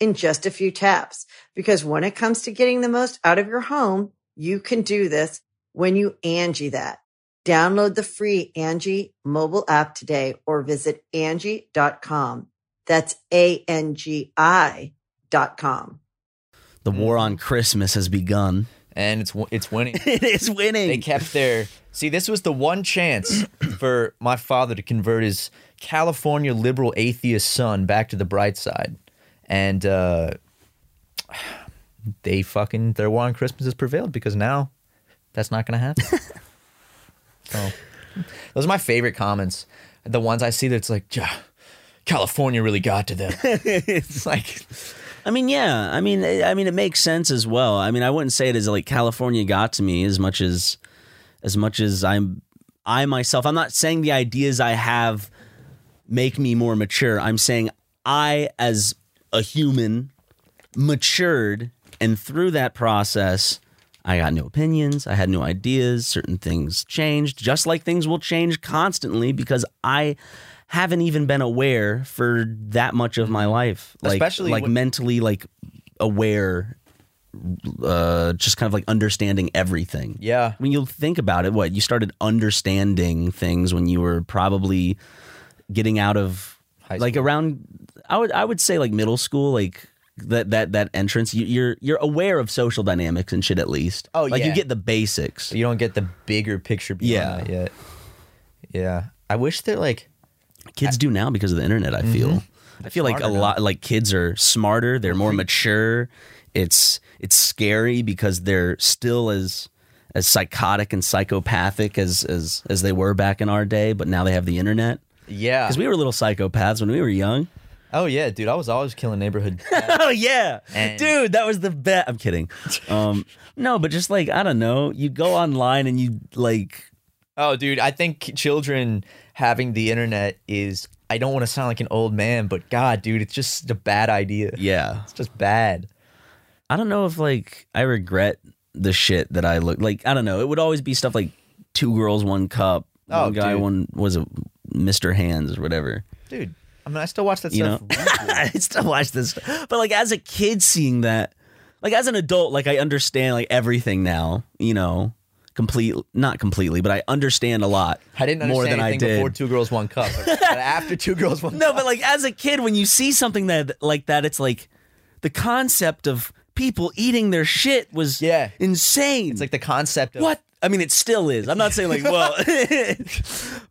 Speaker 7: in just a few taps. Because when it comes to getting the most out of your home, you can do this when you Angie that. Download the free Angie mobile app today or visit Angie.com. That's A-N-G-I dot com.
Speaker 5: The war on Christmas has begun.
Speaker 3: And it's w- it's winning.
Speaker 5: it is winning.
Speaker 3: they kept their see this was the one chance for my father to convert his california liberal atheist son back to the bright side and uh they fucking their war on christmas has prevailed because now that's not gonna happen so those are my favorite comments the ones i see that's like "Yeah, california really got to them it's like
Speaker 5: I mean, yeah. I mean, I I mean, it makes sense as well. I mean, I wouldn't say it as like California got to me as much as, as much as I'm, I myself. I'm not saying the ideas I have make me more mature. I'm saying I, as a human, matured, and through that process, I got new opinions. I had new ideas. Certain things changed, just like things will change constantly because I haven't even been aware for that much of my life, like,
Speaker 3: Especially
Speaker 5: like
Speaker 3: when-
Speaker 5: mentally, like aware. Uh, just kind of like understanding everything.
Speaker 3: Yeah.
Speaker 5: When you think about it, what you started understanding things when you were probably getting out of
Speaker 3: High
Speaker 5: like around I would I would say like middle school like that that that entrance you, you're you're aware of social dynamics and shit at least
Speaker 3: Oh,
Speaker 5: like you
Speaker 3: yeah.
Speaker 5: get the basics
Speaker 3: you don't get the bigger picture
Speaker 5: Yeah.
Speaker 3: beyond yeah. yet yeah i wish that like
Speaker 5: kids do now because of the internet I feel I feel like a
Speaker 3: Mm-hmm. smarter now. Mm-hmm.
Speaker 5: lot like kids are smarter they're more mature it's it's scary because they're still as as psychotic and psychopathic as as as they were back in our day but now they have the internet
Speaker 3: yeah
Speaker 5: because we were little psychopaths when we were young
Speaker 3: Oh yeah, dude, I was always killing neighborhood.
Speaker 5: oh yeah,
Speaker 3: And-
Speaker 5: dude, that was the bet. I'm kidding. Um, no, but just like I don't know, you go online and you like,
Speaker 3: oh dude, I think children having the internet is I don't want to sound like an old man, but god, dude, it's just a bad idea.
Speaker 5: yeah.
Speaker 3: It's just bad.
Speaker 5: I don't know if like I regret the shit that I look like. I don't know. It would always be stuff like two girls, one cup. one
Speaker 3: Oh,
Speaker 5: guy,
Speaker 3: dude.
Speaker 5: one was a Mister Hands or whatever.
Speaker 3: Dude, I mean I still watch that
Speaker 5: You
Speaker 3: stuff.
Speaker 5: know, I still watch this, but like as a kid seeing that. like as an adult, like I understand like everything now, you know, complete not completely, but I understand a lot.
Speaker 3: I didn't understand
Speaker 5: more than I
Speaker 3: anything
Speaker 5: did.
Speaker 3: before Two Girls One Cup, but after Two Girls One
Speaker 5: No,
Speaker 3: Cup,
Speaker 5: but like as a kid, when you see something that like that, it's like the concept of people eating their shit was
Speaker 3: Yeah.
Speaker 5: insane.
Speaker 3: it's like the concept of
Speaker 5: what? I mean, it still is. I'm not saying like, well,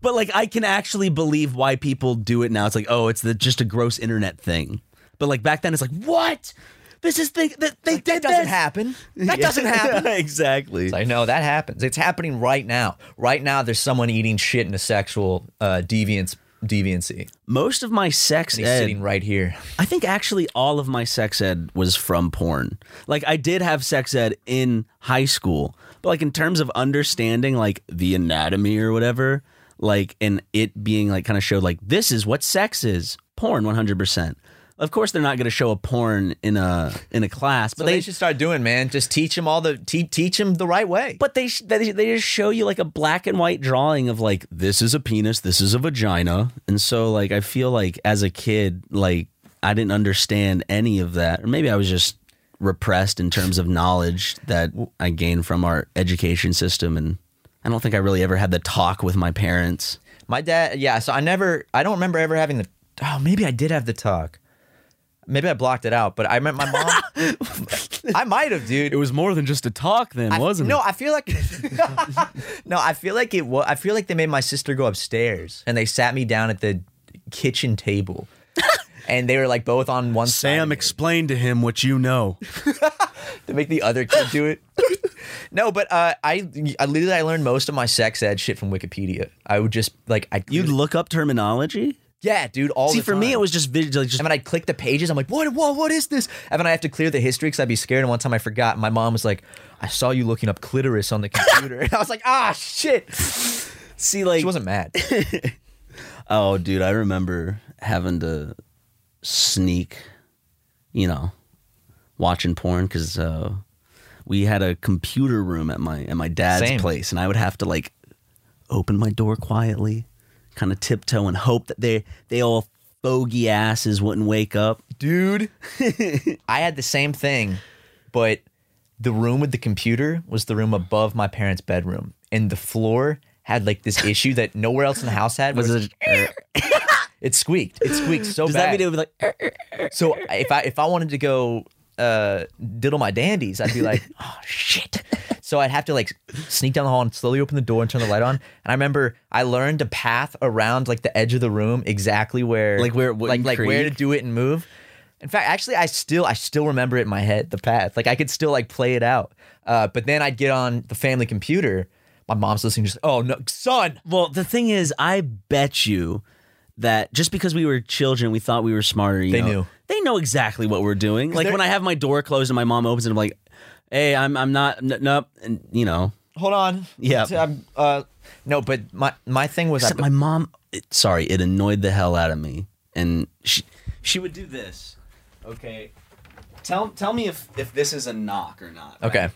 Speaker 5: but like I can actually believe why people do it now. It's like, oh, it's the, just a gross internet thing. But like back then, it's like, what? This is thing that they
Speaker 3: Like,
Speaker 5: did.
Speaker 3: that doesn't
Speaker 5: this.
Speaker 3: happen. That doesn't happen.
Speaker 5: exactly.
Speaker 3: It's like, no, that happens. It's happening right now. Right now, there's someone eating shit in a sexual uh, deviance deviancy.
Speaker 5: Most of my sex
Speaker 3: And he's
Speaker 5: ed,
Speaker 3: sitting right here.
Speaker 5: I think actually all of my sex ed was from porn. Like I did have sex ed in high school, but like in terms of understanding like the anatomy or whatever, like and it being like kind of showed like this is what sex is. Porn 100%. Of course they're not going to show a porn in a in a class, but
Speaker 3: But they,
Speaker 5: they,
Speaker 3: should start doing, man. Just teach them all the te- teach them the right way.
Speaker 5: but they, sh- they they just show you like a black and white drawing of like this is a penis, this is a vagina, and so like I feel like as a kid, like I didn't understand any of that, or maybe I was just repressed in terms of knowledge that I gained from our education system, and I don't think I really ever had the talk with my parents.
Speaker 3: My dad, yeah. So I never, I don't remember ever having the. Oh, maybe I did have the talk. Maybe I blocked it out, but I remember my mom. I might have, dude.
Speaker 5: was more than just a talk, then,
Speaker 3: I- no, I feel like no, I feel like it was. I feel like they made my sister go upstairs and they sat me down at the kitchen table, and they were like both on one side.
Speaker 5: explain to him what you know.
Speaker 3: to make the other kid do it. no, but uh, I, I literally I learned most of my sex ed shit from Wikipedia. I would just like I
Speaker 5: You'd look up terminology.
Speaker 3: yeah, dude. All
Speaker 5: See,
Speaker 3: the
Speaker 5: for me,
Speaker 3: time.
Speaker 5: it was just vid- like just
Speaker 3: And then I'd click the pages. I'm like, what, what, what is this? And then I have to clear the history because I'd be scared. And one time I forgot. My mom was like, I saw you looking up clitoris on the computer. and I was like, ah, shit.
Speaker 5: see like
Speaker 3: She wasn't mad.
Speaker 5: Oh, dude, I remember having to sneak, you know, watching porn because uh, we had a computer room at my at my dad's
Speaker 3: Same.
Speaker 5: place, and I would have to like open my door quietly, kind of tiptoe, and hope that they they all fogey asses wouldn't wake up.
Speaker 3: Dude, I had the same thing, but the room with the computer was the room above my parents' bedroom. And the floor had like this issue that nowhere else in the house had.
Speaker 5: Was
Speaker 3: where-
Speaker 5: it? Does
Speaker 3: It squeaked. It squeaked so bad.
Speaker 5: that mean it would be like? "Er, er, er."
Speaker 3: So if I if I wanted to go uh, diddle my dandies, I'd be like, oh shit. So I'd have to like sneak down the hall and slowly open the door and turn the light on. And I remember I learned a path around like the edge of the room exactly where
Speaker 5: Like where it
Speaker 3: like
Speaker 5: wouldn't
Speaker 3: like where to
Speaker 5: creak?
Speaker 3: do it and move. In fact, actually, I still I still remember it in my head the path. Like I could still like play it out. Uh, but then I'd get on the family computer. My mom's listening. Just oh no, son.
Speaker 5: Well, the thing is, I bet you that just because we were children, we thought we were smarter. You
Speaker 3: They
Speaker 5: know,
Speaker 3: knew.
Speaker 5: They know exactly what we're doing. Like when I have my door closed and my mom opens it, I'm like, "Hey, I'm I'm not n- nope." And, you know,
Speaker 3: Hold on.
Speaker 5: Yeah.
Speaker 3: I'm, uh, no, but my my thing was I-
Speaker 5: except my mom. It, sorry, it annoyed the hell out of me, and she she would do this. Okay, tell tell me if if this is a knock or not. right?
Speaker 3: okay.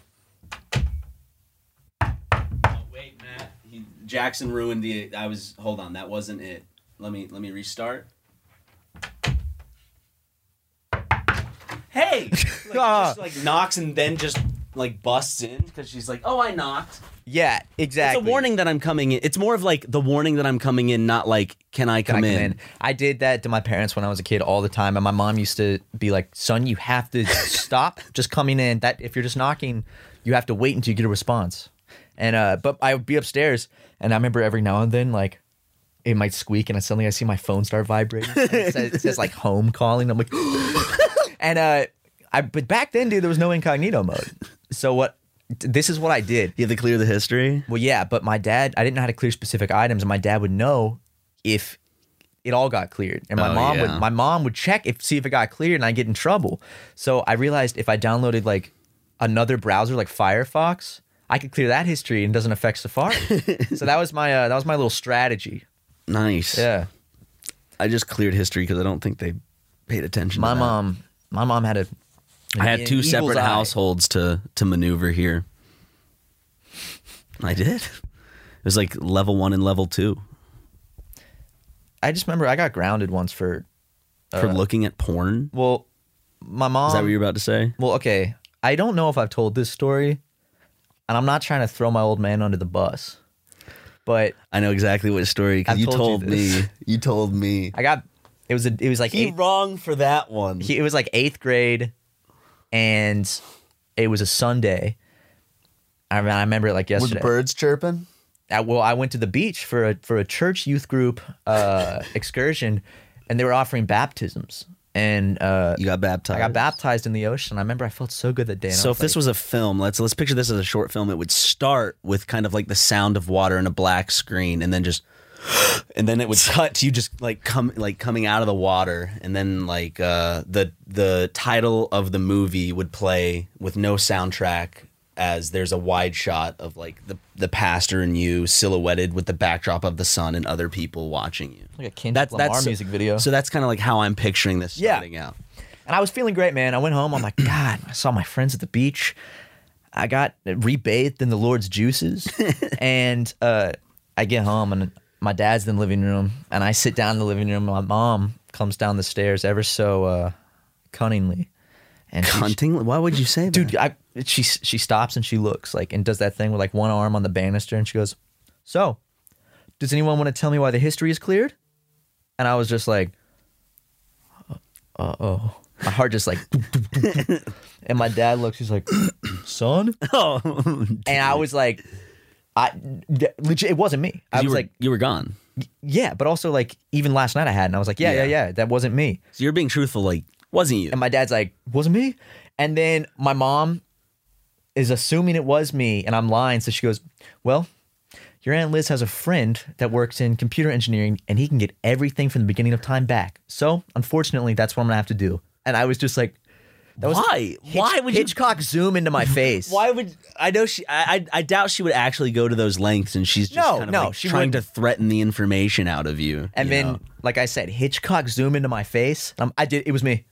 Speaker 5: Oh, wait, Matt. He, Jackson ruined the. I was. Hold on. That wasn't it. Let me. Let me restart. Hey. Like, just, like knocks and then just like busts in because she's like, "Oh, I knocked."
Speaker 3: Yeah, exactly.
Speaker 5: It's a warning that I'm coming in. It's more of like the warning that I'm coming in, not like, "Can I
Speaker 3: Can I
Speaker 5: come,
Speaker 3: come in? I did that to my parents when I was a kid all the time, and my mom used to be like, "Son, you have to stop just coming in. That if you're just knocking, you have to wait until you get a response." And uh, but I would be upstairs, and I remember every now and then like it might squeak, and I suddenly I see my phone start vibrating. and it, says, it says like home calling. I'm like, and uh, I but back then, dude, there was no incognito mode. So what? This is what I did.
Speaker 5: You have to clear the history.
Speaker 3: Well, yeah, but my dad, I didn't know how to clear specific items, and my dad would know if it all got cleared. And my
Speaker 5: Oh,
Speaker 3: mom
Speaker 5: yeah.
Speaker 3: would my mom would check if see if it got cleared, and I would get in trouble. So I realized if I downloaded like another browser like Firefox, I could clear that history and it doesn't affect Safari. so that was my uh, that was my little strategy.
Speaker 5: Nice.
Speaker 3: Yeah,
Speaker 5: I just cleared history because I don't think they paid attention.
Speaker 3: my
Speaker 5: to that.
Speaker 3: mom, my mom had a.
Speaker 5: I had two
Speaker 3: eagle's
Speaker 5: separate
Speaker 3: eye.
Speaker 5: households to to maneuver here. I did. It was like level one and level two
Speaker 3: I just remember I got grounded once for Uh,
Speaker 5: for looking at porn.
Speaker 3: well, my mom. um,
Speaker 5: Is that what you're about to say?
Speaker 3: Well, okay. I- I don't know if I've told this story, and I'm not trying to throw my old man under the bus, but
Speaker 5: I know exactly what story 'cause
Speaker 3: I've
Speaker 5: you
Speaker 3: told
Speaker 5: told,
Speaker 3: you
Speaker 5: me.
Speaker 3: this.
Speaker 5: You told me.
Speaker 3: I got it was a, it was like
Speaker 5: He
Speaker 3: eight-
Speaker 5: wrong for that one.
Speaker 3: he, it was like eighth grade, and it was a Sunday. I, rem- I remember it like
Speaker 8: Were the
Speaker 3: yesterday.
Speaker 8: birds chirping?
Speaker 3: I, well, I went to the beach for a for a church youth group uh, excursion, and they were offering baptisms. And uh,
Speaker 5: you got baptized.
Speaker 3: I got baptized in the ocean. I remember I felt so good that day. and I
Speaker 5: So if this
Speaker 3: like-
Speaker 5: was a film, let's let's picture this as a short film. It would start with kind of like the sound of water and a black screen, and then just, and then it would cut to you just like come like coming out of the water, and then like uh, the the title of the movie would play with no soundtrack as there's a wide shot of like the the pastor and you silhouetted with the backdrop of the sun and other people watching you.
Speaker 3: like a Kendrick Lamar music video.
Speaker 5: So that's kind of like how I'm picturing this
Speaker 3: Yeah.
Speaker 5: starting out.
Speaker 3: And I was feeling great, man. I went home. I'm like, God, I saw my friends at the beach. I got rebathed in the Lord's juices. and uh, I get home, and my dad's in the living room. And I sit down in the living room. and My mom comes down the stairs ever so uh, cunningly. And she-
Speaker 5: Hunting? Why would you say that?
Speaker 3: dude, I, she, she stops and she looks like and does that thing with like one arm on the banister. And she goes, So, does anyone want to tell me why the history is cleared? And I was just like, uh oh. My heart just like, and my dad looks, he's like, son?
Speaker 5: Oh,
Speaker 3: And I was like, I d- legit, it wasn't me. I
Speaker 5: you
Speaker 3: was
Speaker 5: were,
Speaker 3: like,
Speaker 5: you were gone.
Speaker 3: yeah, but also like, even last night I had, and I was like, yeah, yeah, yeah,
Speaker 5: Yeah.
Speaker 3: that wasn't me.
Speaker 5: So you're being truthful, like wasn't you?
Speaker 3: And my dad's like, wasn't me? And then my mom is assuming it was me, and I'm lying. So she goes, well, your Aunt Liz has a friend that works in computer engineering, and he can get everything from the beginning of time back. So unfortunately, that's what I'm gonna have to do. And I was just like, that was
Speaker 5: Why? Why would you-
Speaker 3: Hitchcock zoom into my face?
Speaker 5: Why would I know she? I, I I doubt she would actually go to those lengths, and she's just
Speaker 3: No,
Speaker 5: kind of
Speaker 3: no,
Speaker 5: like
Speaker 3: she
Speaker 5: trying
Speaker 3: wouldn't.
Speaker 5: to threaten the information out of you.
Speaker 3: And
Speaker 5: you
Speaker 3: then,
Speaker 5: know?
Speaker 3: like I said, Hitchcock zoom into my face. Um, I did. It was me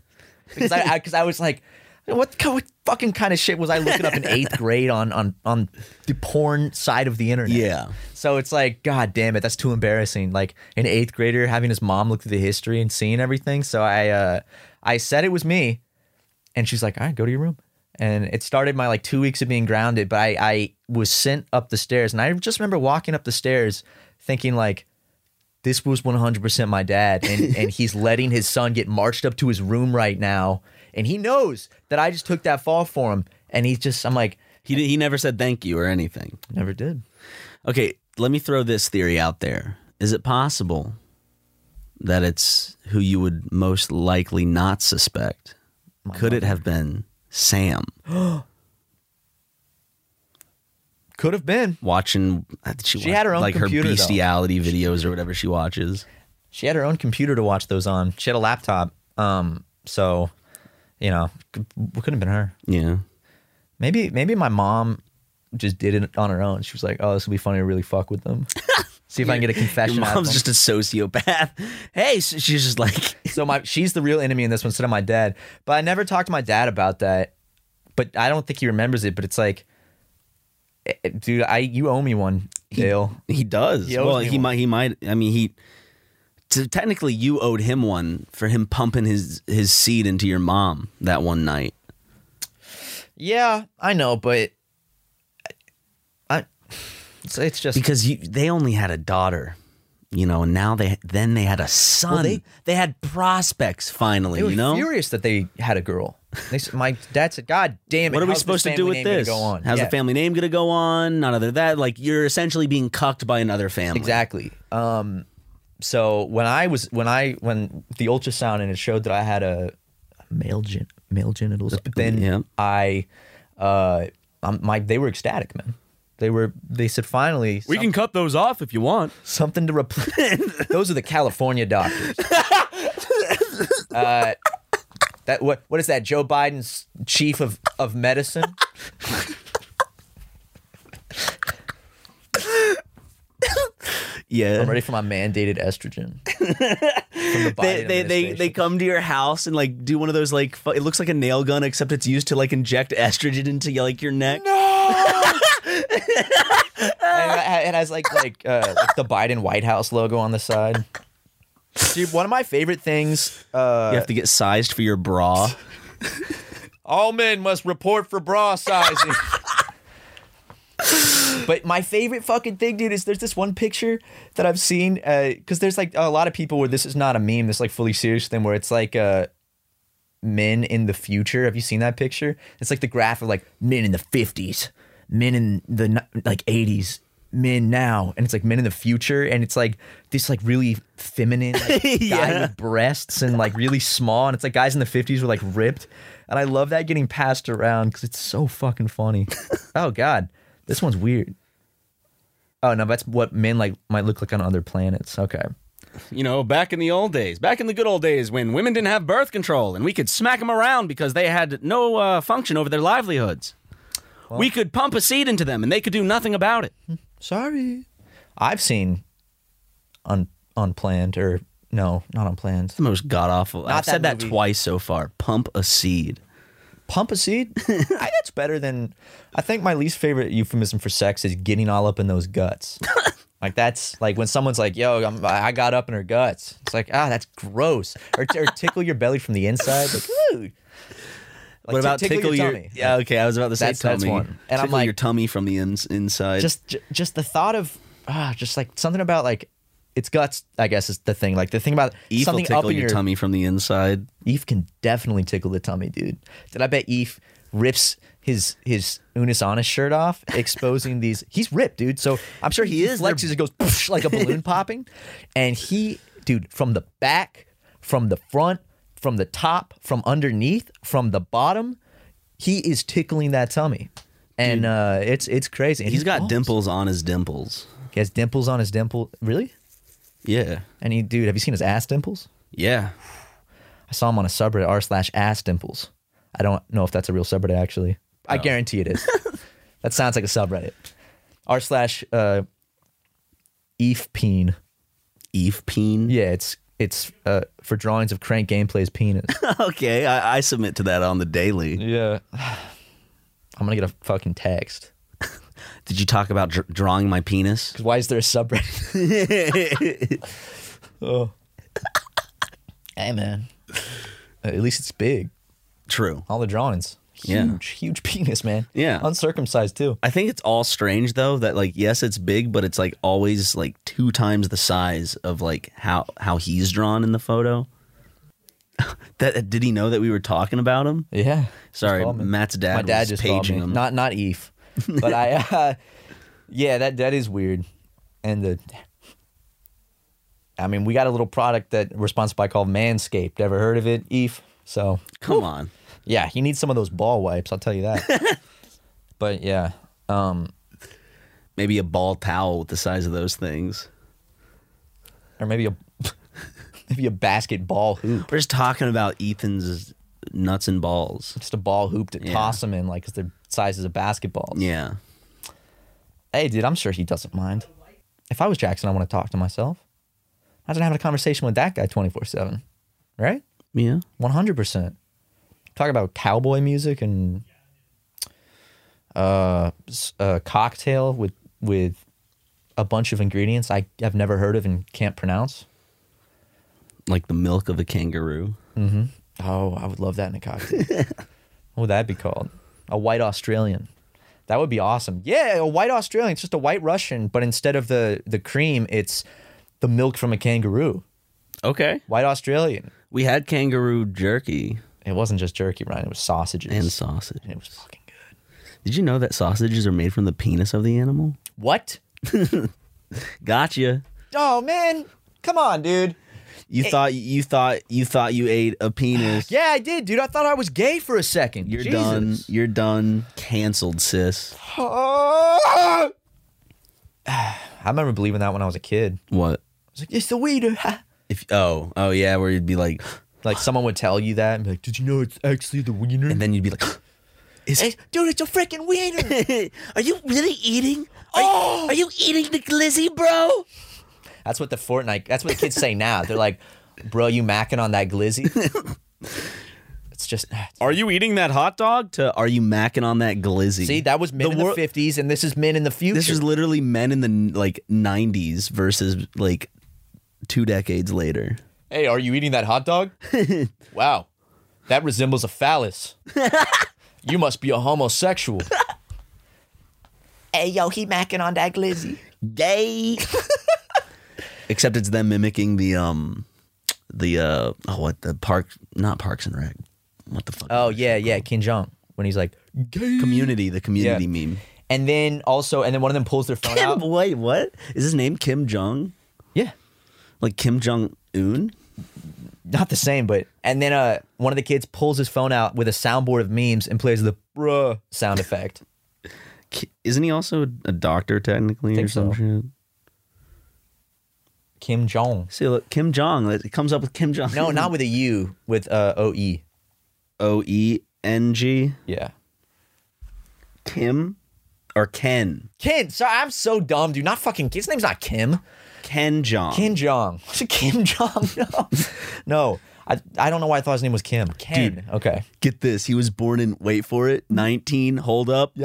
Speaker 3: because I because I, was like, what, ki- what fucking kind of shit was I looking up in eighth grade on on on the porn side of the internet?
Speaker 5: Yeah.
Speaker 3: So it's like, god damn it, that's too embarrassing. Like an eighth grader having his mom look through the history and seeing everything. So I uh I said it was me, and she's like, all right, go to your room. And it started my like two weeks of being grounded, but I, I was sent up the stairs, and I just remember walking up the stairs, thinking like, this was 100% my dad and, and he's letting his son get marched up to his room right now and he knows that i just took that fall for him and he's just i'm like
Speaker 5: he did, he never said thank you or anything.
Speaker 3: never did
Speaker 5: Okay, let me throw this theory out there. Is it possible that it's who you would most likely not suspect? Could it have been Sam
Speaker 3: could have been
Speaker 5: watching? She,
Speaker 3: She
Speaker 5: watch-
Speaker 3: had her own
Speaker 5: like
Speaker 3: computer, though.
Speaker 5: her bestiality videos or whatever she watches.
Speaker 3: she had her own computer to watch those on she had a laptop um so you know could, could have been her
Speaker 5: Yeah.
Speaker 3: maybe maybe my mom just did it on her own she was like oh this will be funny to really fuck with them see if i can get a confession
Speaker 5: Your
Speaker 3: out of
Speaker 5: mom's
Speaker 3: them.
Speaker 5: just a sociopath. Hey, so she's just like,
Speaker 3: So my she's the real enemy in this one instead of my dad. But I never talked to my dad about that. But I don't think he remembers it. But it's like, eh, eh, dude, I you owe me one, Dale.
Speaker 5: he does.
Speaker 3: He owes
Speaker 5: well,
Speaker 3: me
Speaker 5: he
Speaker 3: one.
Speaker 5: might. He might. I mean, he. t- technically, you owed him one for him pumping his his seed into your mom that one night.
Speaker 3: Yeah, I know, but I, I it's, it's just
Speaker 5: because you, they only had a daughter you know and now they then they had a son
Speaker 3: they-
Speaker 5: they, had prospects finally
Speaker 3: they were
Speaker 5: you know
Speaker 3: furious that they had a girl. They, s- my dad said, "God damn it!
Speaker 5: what are we
Speaker 3: how's this
Speaker 5: supposed to do
Speaker 3: family
Speaker 5: with
Speaker 3: name gonna
Speaker 5: this
Speaker 3: Go on.
Speaker 5: how's
Speaker 3: Yeah,
Speaker 5: the family name gonna go on none other than that like you're essentially being cucked by another family
Speaker 3: Exactly. Um, so when I was when I when the ultrasound and it showed that I had a, a male gen, male genitals, but then
Speaker 5: yeah.
Speaker 3: I, uh, um, my they were ecstatic, man. They were they said finally some-
Speaker 5: cut those off if you want
Speaker 3: something to replace. Those are the California doctors. uh, that what what is that? Joe Biden's chief of of medicine.
Speaker 5: yeah
Speaker 3: I'm ready for my mandated estrogen. From the Biden
Speaker 5: they, they, they,
Speaker 3: administration.
Speaker 5: they come to your house and like do one of those like fu- it looks like a nail gun except it's used to like inject estrogen into like your neck
Speaker 3: and, I- it has like like, uh, like the Biden White House logo on the side. Dude, one of my favorite things. Uh,
Speaker 5: you have to get sized for your bra
Speaker 3: All men must report for bra sizing. but my favorite fucking thing, dude, is there's this one picture that I've seen because there's like a lot of people where this is not a meme. This like fully serious thing where it's like uh, men in the future. Have you seen that picture? It's like the graph of like men in the fifties, men in the ni- like eighties, men now, and it's like men in the future, and it's like this like really feminine like, guy with breasts and like really small, and it's like guys in the fifties were like ripped, and I love that getting passed around because it's so fucking funny. oh god, this one's weird. Oh no, that's what men like might look like on other planets. Okay.
Speaker 5: You know, back in the old days, back in the good old days when women didn't have birth control and we could smack them around because they had no uh, function over their livelihoods. we could pump a seed into them and they could do nothing about it.
Speaker 3: Sorry. I've seen un- unplanned or no, not unplanned.
Speaker 5: The most god awful.
Speaker 3: that
Speaker 5: I've said that
Speaker 3: movie.
Speaker 5: twice so far. Pump a seed.
Speaker 3: Pump a seed. I, that's better than. I think my least favorite euphemism for sex is getting all up in those guts. like that's like when someone's like, "Yo, I'm, I got up in her guts." It's like, ah, that's gross. Or, or tickle your belly from the inside. Like, ooh. Like, t-
Speaker 5: what about tickle, your,
Speaker 3: tummy.
Speaker 5: Yeah, okay. I was about to say
Speaker 3: That's-
Speaker 5: tummy.
Speaker 3: that's one. And
Speaker 5: tickle
Speaker 3: I'm like-
Speaker 5: your tummy from the ins- inside.
Speaker 3: just ju- just the thought of ah, just like something about like it's guts. I guess is the thing. Like the thing about
Speaker 5: Eve will
Speaker 3: something up
Speaker 5: tickle
Speaker 3: in
Speaker 5: your tummy from the inside.
Speaker 3: Eve can definitely tickle the tummy, dude. Did I bet Eve rips his his Unis Honest shirt off, exposing these? He's ripped, dude. So I'm sure he is. Flexes it goes poosh, like a balloon popping, and he, dude, from the back, from the front, from the top, from underneath, from the bottom, he is tickling that tummy, and uh, it's it's crazy. And
Speaker 5: He's got
Speaker 3: balls.
Speaker 5: dimples on his dimples.
Speaker 3: He has dimples on his dimple. Really?
Speaker 5: Yeah.
Speaker 3: And he, dude, have you seen his ass dimples?
Speaker 5: Yeah.
Speaker 3: I saw him on a subreddit r slash ass dimples. I don't know if that's a real subreddit actually. I guarantee it is. that sounds like a subreddit. R slash uh, eef peen.
Speaker 5: Eve peen.
Speaker 3: Yeah, it's it's uh, for drawings of crank gameplay's penis.
Speaker 5: Okay, I, I submit to that on the daily.
Speaker 3: yeah. I'm gonna get a fucking text.
Speaker 5: Did you talk about dr- drawing my penis?
Speaker 3: 'Cause Why is there a subreddit? oh. Hey man. At least it's big.
Speaker 5: True.
Speaker 3: All the drawings.
Speaker 5: Yeah.
Speaker 3: Huge, huge penis, man.
Speaker 5: Yeah.
Speaker 3: Uncircumcised too.
Speaker 5: I think it's all strange though that like yes, it's big, but it's like always like two times the size of like how how he's drawn in the photo. that did he know that we were talking about him?
Speaker 3: Yeah.
Speaker 5: Sorry,
Speaker 3: Just called me.
Speaker 5: Matt's dad
Speaker 3: My dad
Speaker 5: was
Speaker 3: just called
Speaker 5: paging
Speaker 3: me.
Speaker 5: him.
Speaker 3: Not not Eve, but I. Uh, yeah, that that is weird, and the. I mean, we got a little product that we're sponsored by called Manscaped. Ever heard of it, Eve? So
Speaker 5: Come on.
Speaker 3: yeah, he needs some of those ball wipes. I'll tell you that. but yeah, um,
Speaker 5: Maybe a ball towel with the size of those things.
Speaker 3: or maybe a maybe a basketball hoop,
Speaker 5: We're just talking about Ethan's nuts and balls.
Speaker 3: just a ball hoop to
Speaker 5: Yeah.
Speaker 3: toss them in, like because they're sizes of basketballs.
Speaker 5: Yeah.
Speaker 3: Hey, dude, I'm sure he doesn't mind. If I was Jackson, I want to talk to myself. Imagine having a conversation with that guy 24 7, right?
Speaker 5: Yeah.
Speaker 3: 100%. Talk about cowboy music and uh, s- a cocktail with, with a bunch of ingredients I have never heard of and can't pronounce.
Speaker 5: Like the milk of a kangaroo.
Speaker 3: Oh, I would love that in a cocktail. what would that be called? A white Australian. That would be awesome. Yeah, a white Australian. It's just a white Russian, but instead of the the cream, it's the milk from a kangaroo.
Speaker 5: Okay.
Speaker 3: White Australian.
Speaker 5: We had kangaroo jerky
Speaker 3: It wasn't just jerky, Ryan. It was sausages.
Speaker 5: and sausage.
Speaker 3: And it was fucking good.
Speaker 5: Did you know that sausages are made from the penis of the animal?
Speaker 3: What?
Speaker 5: Gotcha.
Speaker 3: Oh man, come on, dude.
Speaker 5: You thought you thought you thought you ate a penis.
Speaker 3: Yeah, I did, dude. I thought I was gay for a second.
Speaker 5: You're
Speaker 3: Jesus.
Speaker 5: done. You're done. Cancelled, sis.
Speaker 3: Oh! I remember believing that when I was a kid. I
Speaker 5: What?
Speaker 3: was like, it's the weed.
Speaker 5: If oh oh yeah, where you'd be like,
Speaker 3: Like someone would tell you that and be like, "Did you know it's actually the wiener?"
Speaker 5: and then you'd be like, is
Speaker 3: Hey, dude, it's a freaking wiener.
Speaker 9: Are you really eating? Are, oh! are you eating the glizzy, bro?
Speaker 3: that's what the Fortnite. That's what the kids say now. They're like, "Bro, you macking on that glizzy?" it's just.
Speaker 5: "Are you eating that hot dog?" To "Are you macking on that glizzy?"
Speaker 3: See, that was men in the
Speaker 5: wor-
Speaker 3: fifties, and this is men in the future.
Speaker 5: This is literally men in the like '90s versus like two decades later.
Speaker 3: hey, are you eating that hot dog? wow, That resembles a phallus. you must be a homosexual. hey, yo, he macking on that glizzy.
Speaker 5: Gay. Except it's them mimicking the um the uh oh what the park not Parks and Rec. What the fuck?
Speaker 3: Oh, yeah, yeah, Kim Jong. When he's like, gay.
Speaker 5: Community, the community meme.
Speaker 3: And then also, and then one of them pulls their phone
Speaker 5: Kim,
Speaker 3: out.
Speaker 5: wait, what? Is his name Kim Jong?
Speaker 3: Yeah.
Speaker 5: Like Kim Jong Un?
Speaker 3: Not the same, but. And then uh, one of the kids pulls his phone out with a soundboard of memes and plays the bruh sound effect.
Speaker 5: Ki- Isn't he also a doctor technically or
Speaker 3: Think
Speaker 5: some
Speaker 3: so.
Speaker 5: shit?
Speaker 3: Kim Jong.
Speaker 5: See, look, Kim Jong. It comes up with Kim Jong.
Speaker 3: No, not with a U, with uh, O E.
Speaker 5: O E N G.
Speaker 3: Yeah.
Speaker 5: Kim or Ken.
Speaker 3: Ken, sorry, I'm so dumb, dude. Not fucking. His name's not Kim.
Speaker 5: Ken Jong.
Speaker 3: Kim Jong. Kim Jong. No, no. I, I don't know why I thought his name was Kim. Ken.
Speaker 5: Dude.
Speaker 3: Okay.
Speaker 5: Get this. He was born in. Wait for it. Nineteen. Hold up.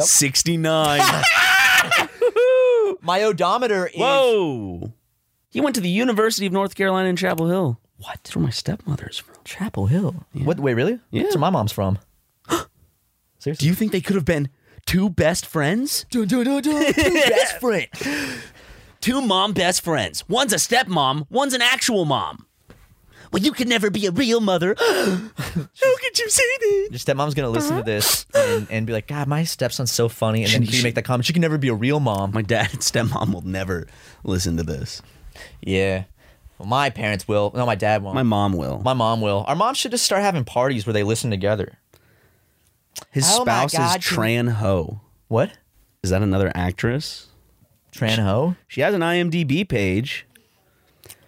Speaker 5: Sixty nine.
Speaker 3: My odometer is.
Speaker 5: Whoa. He went to the University of North Carolina in Chapel Hill. What? That's where my stepmother is from.
Speaker 3: Chapel Hill. What? Wait, really?
Speaker 5: Yeah.
Speaker 3: That's where my mom's from. Seriously.
Speaker 5: Do you think they could have been two best friends?
Speaker 3: do, do, do, do, do, best friend.
Speaker 5: Two mom best friends. One's a stepmom, one's an actual mom. Well, you could never be a real mother. How could you say that?
Speaker 3: Your stepmom's gonna listen to this and, and be like, God, my stepson's so funny. And then
Speaker 5: She-
Speaker 3: you make that comment. She can never be a real mom.
Speaker 5: My dad and stepmom will never listen to this.
Speaker 3: Yeah. Well, my parents will. No, my dad won't.
Speaker 5: My mom will.
Speaker 3: My mom will. Our mom should just start having parties where they listen together.
Speaker 5: His
Speaker 3: Oh my
Speaker 5: spouse
Speaker 3: God,
Speaker 5: is
Speaker 3: can-
Speaker 5: Tran Ho.
Speaker 3: What?
Speaker 5: Is that another actress?
Speaker 3: Tran Ho?
Speaker 5: She has an IMDb page.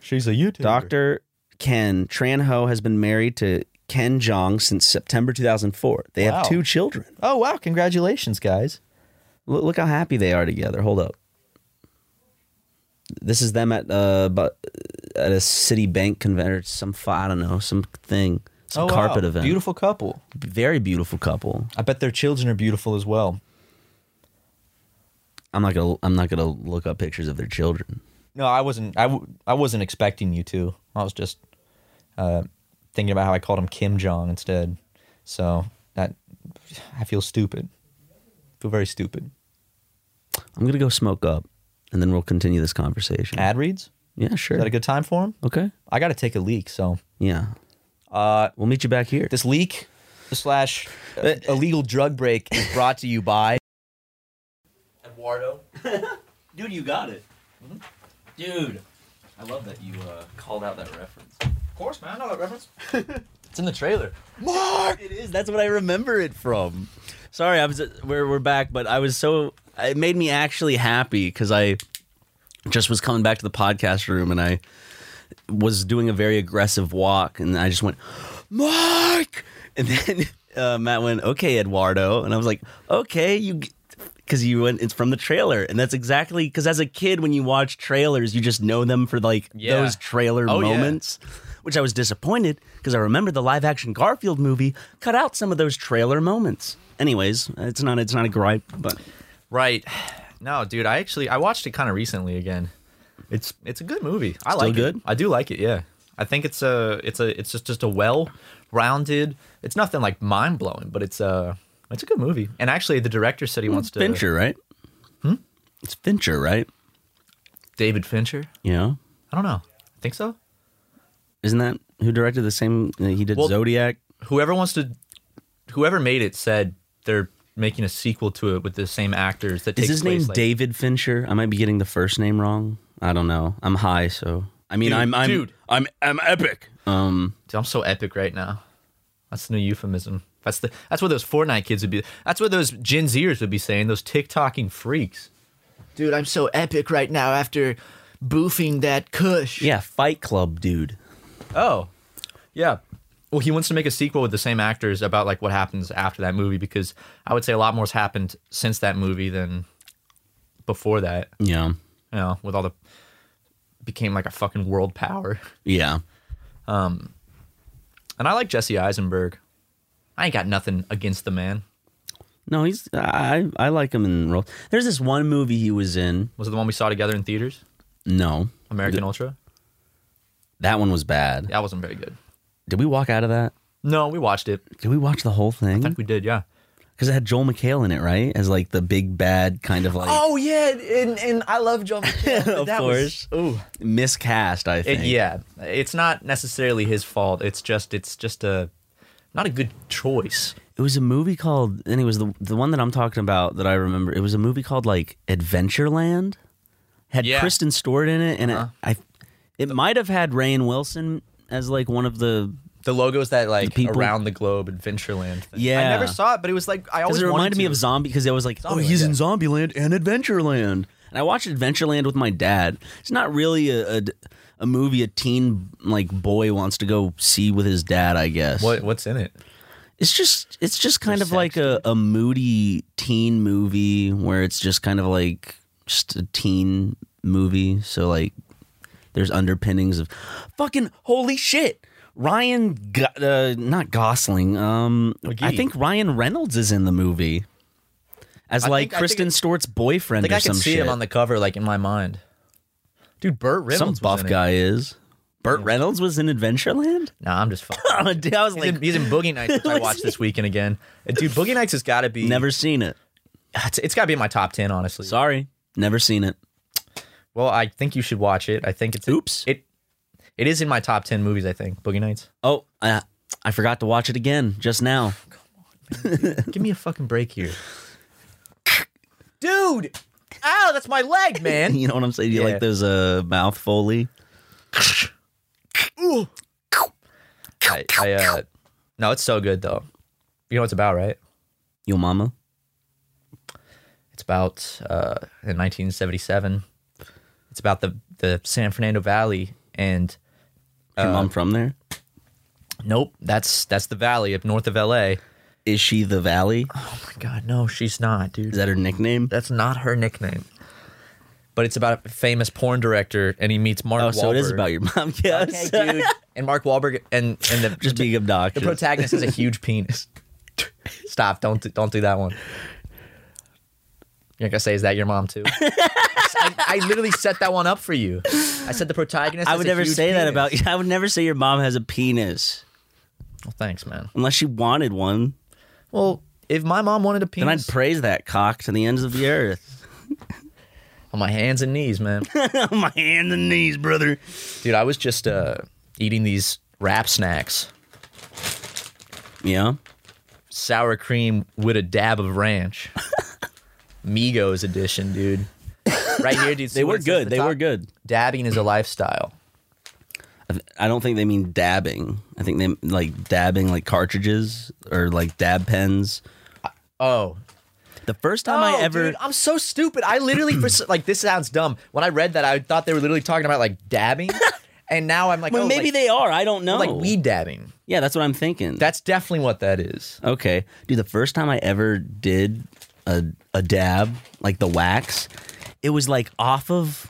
Speaker 3: She's a YouTuber.
Speaker 5: Dr. Ken Tran Ho has been married to Ken Jong since September 2004. They
Speaker 3: Wow.
Speaker 5: have two children.
Speaker 3: Oh wow! Congratulations, guys.
Speaker 5: Lo- Look, how happy they are together. Hold up. This is them at uh bu- at a city bank convention or some fu- I don't know, some thing, some
Speaker 3: oh,
Speaker 5: carpet
Speaker 3: wow.
Speaker 5: event.
Speaker 3: Beautiful couple.
Speaker 5: very beautiful couple.
Speaker 3: I bet their children are beautiful as well.
Speaker 5: I'm not going to I'm not going to look up pictures of their children.
Speaker 3: No, I wasn't. I, w- I wasn't expecting you to. I was just uh, thinking about how I called him Kim Jong instead. So that I feel stupid. feel very stupid.
Speaker 5: I'm gonna go smoke up, and then we'll continue this conversation.
Speaker 3: Ad reads.
Speaker 5: yeah, sure.
Speaker 3: Is that a good time for him?
Speaker 5: okay.
Speaker 3: I got to take a leak. So
Speaker 5: Yeah. Uh, we'll meet you back here.
Speaker 3: this leak slash uh, illegal drug break is brought to you by Eduardo.
Speaker 5: dude, you got it, dude. Mm-hmm. I love that you uh, called out that reference.
Speaker 3: Of course, man. I know that reference. it's in the trailer.
Speaker 5: It is. That's what I remember it from. Sorry, I was. We're we're back, but I was so. It made me actually happy because I just was coming back to the podcast room and I was doing a very aggressive walk and I just went, Mark, and then uh, Matt went, okay, Eduardo, and I was like, okay, you. Because you went, it's from the trailer, and that's exactly because as a kid, when you watch trailers, you just know them for like
Speaker 3: Yeah.
Speaker 5: those trailer
Speaker 3: Oh, yeah.
Speaker 5: moments moments, which I was disappointed because I remember the live action Garfield movie cut out some of those trailer moments. Anyways, it's not it's not a gripe, but
Speaker 3: Right. No, dude, I actually I watched it kind of recently again. It's it's a good movie. I like
Speaker 5: good?
Speaker 3: it. I do like it. Yeah. I think it's a it's a it's just just a well-rounded. It's nothing like mind-blowing, but it's a it's a good movie. And actually the director said he wants to
Speaker 5: Fincher, right? Hmm? It's Fincher, right?
Speaker 3: David Fincher?
Speaker 5: You know,
Speaker 3: I don't know. I think so.
Speaker 5: isn't that who directed the same? uh, He did
Speaker 3: Well-
Speaker 5: Zodiac.
Speaker 3: Whoever wants to whoever made it said they're making a sequel to it with the same actors that
Speaker 5: Is
Speaker 3: takes
Speaker 5: his
Speaker 3: place,
Speaker 5: name
Speaker 3: like-
Speaker 5: David Fincher? I might be getting the first name wrong. I don't know. I'm high, so I mean,
Speaker 3: Dude,
Speaker 5: I'm I'm
Speaker 3: dude.
Speaker 5: I'm I'm epic. Um,
Speaker 3: Dude, I'm so epic right now. That's the new euphemism. That's the that's what those Fortnite kids would be. That's what those Gen Zers would be saying. Those TikToking freaks. Dude, I'm so epic right now after boofing that Kush.
Speaker 5: yeah, Fight Club, dude.
Speaker 3: Oh, yeah. Well, he wants to make a sequel with the same actors about like what happens after that movie because I would say a lot more's happened since that movie than before that.
Speaker 5: Yeah,
Speaker 3: You know, with all the became like a fucking world power.
Speaker 5: yeah.
Speaker 3: And I like Jesse Eisenberg. I ain't got nothing against the man.
Speaker 5: No, he's I I like him in roles. There's this one movie he was in.
Speaker 3: Was it the one we saw together in theaters?
Speaker 5: No,
Speaker 3: American Ultra?
Speaker 5: That one was bad.
Speaker 3: That wasn't very good.
Speaker 5: Did we walk out of that?
Speaker 3: No, we watched it.
Speaker 5: Did we watch the whole
Speaker 3: I
Speaker 5: thing?
Speaker 3: think we did. Yeah.
Speaker 5: Because it had Joel McHale in it, right? As like the big bad kind of like
Speaker 3: Oh yeah, and and I love John. McClane, but
Speaker 5: Of
Speaker 3: that was- ooh,
Speaker 5: miscast. I
Speaker 3: It-
Speaker 5: think.
Speaker 3: yeah, it's not necessarily his fault. It's just it's just a not a good choice.
Speaker 5: It was a movie called, and it was the the one that I'm talking about that I remember. It was a movie called like Adventureland. Had
Speaker 3: Yeah. Uh-huh.
Speaker 5: Kristen Stewart in it, and it, I, it might have had Rain Wilson as like one of the.
Speaker 3: The logos that like
Speaker 5: people-
Speaker 3: around the globe Adventureland. Thing. I
Speaker 5: Yeah.
Speaker 3: never saw it, but it was like I always
Speaker 5: Because it
Speaker 3: wanted
Speaker 5: reminded me
Speaker 3: to.
Speaker 5: of Zombie, because I was like, oh,
Speaker 3: Zombieland,
Speaker 5: he's in
Speaker 3: yeah.
Speaker 5: Zombieland and Adventureland, and I watched Adventureland with my dad. It's not really a, a a movie a teen like boy wants to go see with his dad, I guess.
Speaker 3: What what's in it?
Speaker 5: It's just it's just kind of like a, a moody teen movie where it's just kind of like just a teen movie. So like there's underpinnings of fucking holy shit. Ryan Go- uh, not Gosling. Um I
Speaker 3: McGee.
Speaker 5: think Ryan Reynolds is in the movie. As
Speaker 3: I
Speaker 5: like
Speaker 3: think- I think
Speaker 5: Kristen
Speaker 3: it-
Speaker 5: Stewart's boyfriend
Speaker 3: Like
Speaker 5: or
Speaker 3: I can
Speaker 5: some
Speaker 3: see
Speaker 5: shit.
Speaker 3: him on the cover, like in my mind. Dude, Burt Reynolds.
Speaker 5: some
Speaker 3: was
Speaker 5: buff
Speaker 3: in it.
Speaker 5: guy is. Burt Reynolds was in Adventureland?
Speaker 3: Nah, I'm just fucking.
Speaker 5: Oh, dude, I was
Speaker 3: he's, in,
Speaker 5: like
Speaker 3: he's in Boogie Nights, which I watched this weekend again. And dude, Boogie Nights has got to be
Speaker 5: never seen it.
Speaker 3: It's, it's got to be in my top ten, honestly.
Speaker 5: Sorry. Never seen it.
Speaker 3: Well, I think you should watch it. I think it's
Speaker 5: Oops.
Speaker 3: It it is in my top ten movies. I think Boogie Nights.
Speaker 5: Oh, I, I forgot to watch it again just now.
Speaker 3: Give me a fucking break here, dude. Ow, that's my leg, man.
Speaker 5: You know what I'm saying? You
Speaker 3: Yeah.
Speaker 5: like those uh, mouth foley?
Speaker 3: I, I, uh, no, it's so good though. You know what it's about, right?
Speaker 5: Yo mama.
Speaker 3: It's about uh, in 1977. It's about the the San Fernando Valley, and
Speaker 5: Your
Speaker 3: Uh,
Speaker 5: mom from there?
Speaker 3: nope, that's that's the valley up north of L.A.
Speaker 5: Is she the Valley?
Speaker 3: Oh my God, no, she's not, dude.
Speaker 5: Is that her nickname?
Speaker 3: That's not her nickname. But it's about a famous porn director, and he meets Mark.
Speaker 5: Oh,
Speaker 3: Wahlberg.
Speaker 5: so it is about your mom. Yes.
Speaker 3: Okay, dude. and Mark Wahlberg and and the
Speaker 5: Just being
Speaker 3: the
Speaker 5: obnoxious.
Speaker 3: protagonist has a huge penis. Stop! Don't do- don't do that one. You're not gonna say, "Is that your mom too?" I, I literally set that one up for you. I said the protagonist.
Speaker 5: I
Speaker 3: has
Speaker 5: would
Speaker 3: a
Speaker 5: never
Speaker 3: huge
Speaker 5: say that
Speaker 3: penis.
Speaker 5: about you. I would never say your mom has a penis
Speaker 3: Well, thanks, man.
Speaker 5: unless she wanted one.
Speaker 3: Well, if my mom wanted a
Speaker 5: Then I'd
Speaker 3: penis,
Speaker 5: praise that cock to the ends of the earth.
Speaker 3: on my hands and knees, man.
Speaker 5: On my hands and knees, brother.
Speaker 3: Dude, I was just uh, eating these wrap snacks,
Speaker 5: Yeah.
Speaker 3: sour cream with a dab of ranch, Migos edition, dude. Right here, dude. see
Speaker 5: They
Speaker 3: what
Speaker 5: were
Speaker 3: it says at
Speaker 5: good.
Speaker 3: the
Speaker 5: They
Speaker 3: top?
Speaker 5: were good.
Speaker 3: Dabbing is a lifestyle.
Speaker 5: I don't think they mean dabbing. I think they like dabbing like cartridges or like dab pens.
Speaker 3: Oh,
Speaker 5: The first time I
Speaker 3: Oh,
Speaker 5: ever
Speaker 3: dude, I'm so stupid. I literally, for, s- like, this sounds dumb. When I read that, I thought they were literally talking about like dabbing, and now I'm like,
Speaker 5: Well,
Speaker 3: oh,
Speaker 5: maybe
Speaker 3: like,
Speaker 5: they are. I don't know.
Speaker 3: like weed dabbing.
Speaker 5: Yeah, that's what I'm thinking.
Speaker 3: That's definitely what that is.
Speaker 5: okay, dude. The first time I ever did a a dab, like the wax, it was like off of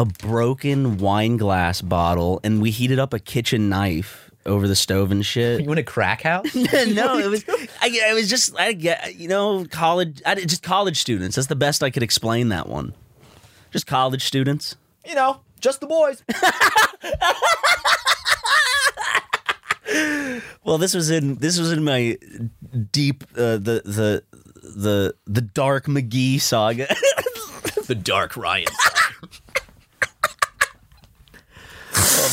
Speaker 5: a broken wine glass bottle, and we heated up a kitchen knife over the stove and shit.
Speaker 3: You in a crack house?
Speaker 5: no, it was. I, it was just. I get. You know, college. I, just college students. That's the best I could explain that one. Just college students.
Speaker 3: you know, just the boys.
Speaker 5: Well, this was in this was in my deep uh, the the the the dark McGee saga.
Speaker 3: the Dark Ryan.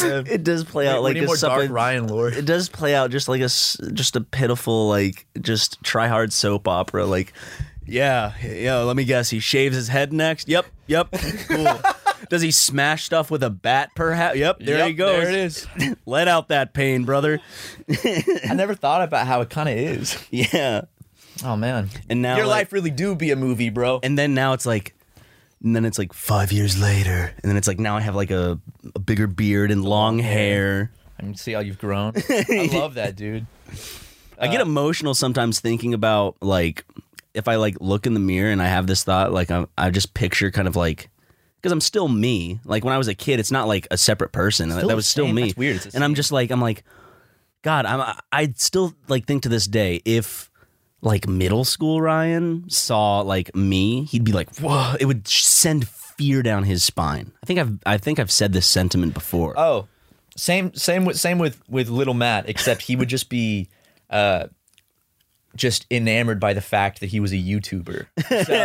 Speaker 5: it does play out
Speaker 3: we
Speaker 5: like
Speaker 3: need
Speaker 5: a
Speaker 3: more Dark
Speaker 5: supple-
Speaker 3: Ryan lore.
Speaker 5: It does play out just like a s- just a pitiful like just try hard soap opera like yeah yeah let me guess he shaves his head next yep yep cool does he smash stuff with a bat perhaps yep there
Speaker 3: Yep,
Speaker 5: he goes
Speaker 3: There it is.
Speaker 5: let out that pain brother
Speaker 3: I never thought about how it kind of is.
Speaker 5: yeah
Speaker 3: Oh man.
Speaker 5: And now,
Speaker 3: your
Speaker 5: like-
Speaker 3: life really do be a movie, bro.
Speaker 5: and then now it's like and then it's like five years later and then it's like now i have like a, a bigger beard and long hair
Speaker 3: I can see how you've grown. I love that, dude.
Speaker 5: i
Speaker 3: Uh,
Speaker 5: get emotional sometimes thinking about like if i like look in the mirror and i have this thought like i, I just picture kind of like because i'm still me like when i was a kid it's not like a separate person
Speaker 3: Still
Speaker 5: that
Speaker 3: the
Speaker 5: was still
Speaker 3: same.
Speaker 5: me
Speaker 3: That's weird. It's the
Speaker 5: and i'm just like i'm like god i'm I- i'd still like think to this day if like middle school Ryan saw like me, he'd be like, "Whoa!" It would sh- send fear down his spine. I think I've I think I've said this sentiment before.
Speaker 3: Oh, Same same with same with with little Matt, except he would just be uh just enamored by the fact that he was a YouTuber. So,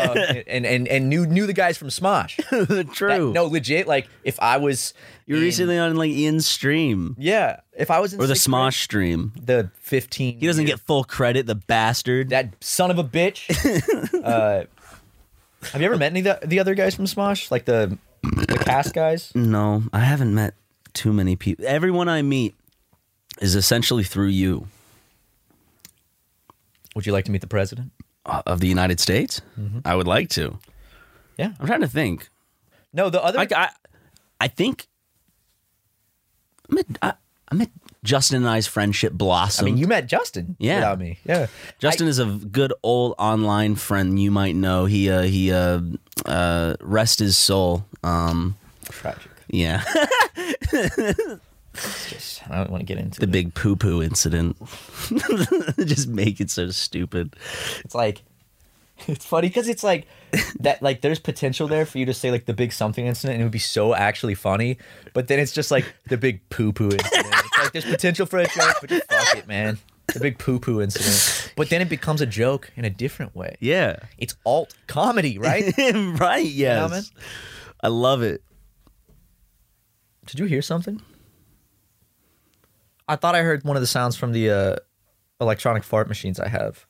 Speaker 3: and and and knew knew the guys from Smosh. That-
Speaker 5: True.
Speaker 3: no, legit, like if I was
Speaker 5: you were
Speaker 3: in-
Speaker 5: recently on like Ian's stream
Speaker 3: Yeah. If I was in
Speaker 5: or the
Speaker 3: sixth grade-
Speaker 5: Smosh stream.
Speaker 3: the fifteen
Speaker 5: He doesn't
Speaker 3: year-
Speaker 5: get full credit, the bastard.
Speaker 3: that son of a bitch. uh, have you ever met any of the, the other guys from Smosh? Like the the cast guys?
Speaker 5: No, I haven't met too many people. Everyone I meet is essentially through you
Speaker 3: Would you like to meet the president?
Speaker 5: uh, of the United States. I would like to.
Speaker 3: Yeah.
Speaker 5: I'm trying to think.
Speaker 3: No, the other
Speaker 5: I, I, I think I met, I, I met Justin and I's friendship blossom.
Speaker 3: I mean, you met Justin
Speaker 5: Yeah.
Speaker 3: without me. Yeah.
Speaker 5: Justin is a good old online friend you might know. He uh, he uh, uh, rest his soul. Um,
Speaker 3: Tragic.
Speaker 5: yeah,
Speaker 3: Just, I don't want to get into
Speaker 5: the
Speaker 3: it.
Speaker 5: big poo poo incident. Just make it so stupid.
Speaker 3: It's like, it's funny because it's like that, like, there's potential there for you to say, like, the big something incident and it would be so actually funny. But then it's just like the big poo poo incident. it's like there's potential for a joke, but just fuck it, man. The big poo poo incident. But then it becomes a joke in a different way.
Speaker 5: Yeah,
Speaker 3: It's alt comedy, right?
Speaker 5: right.
Speaker 3: know,
Speaker 5: Yes, I love it.
Speaker 3: Did you hear something? I thought I heard one of the sounds from the uh, electronic fart machines I have.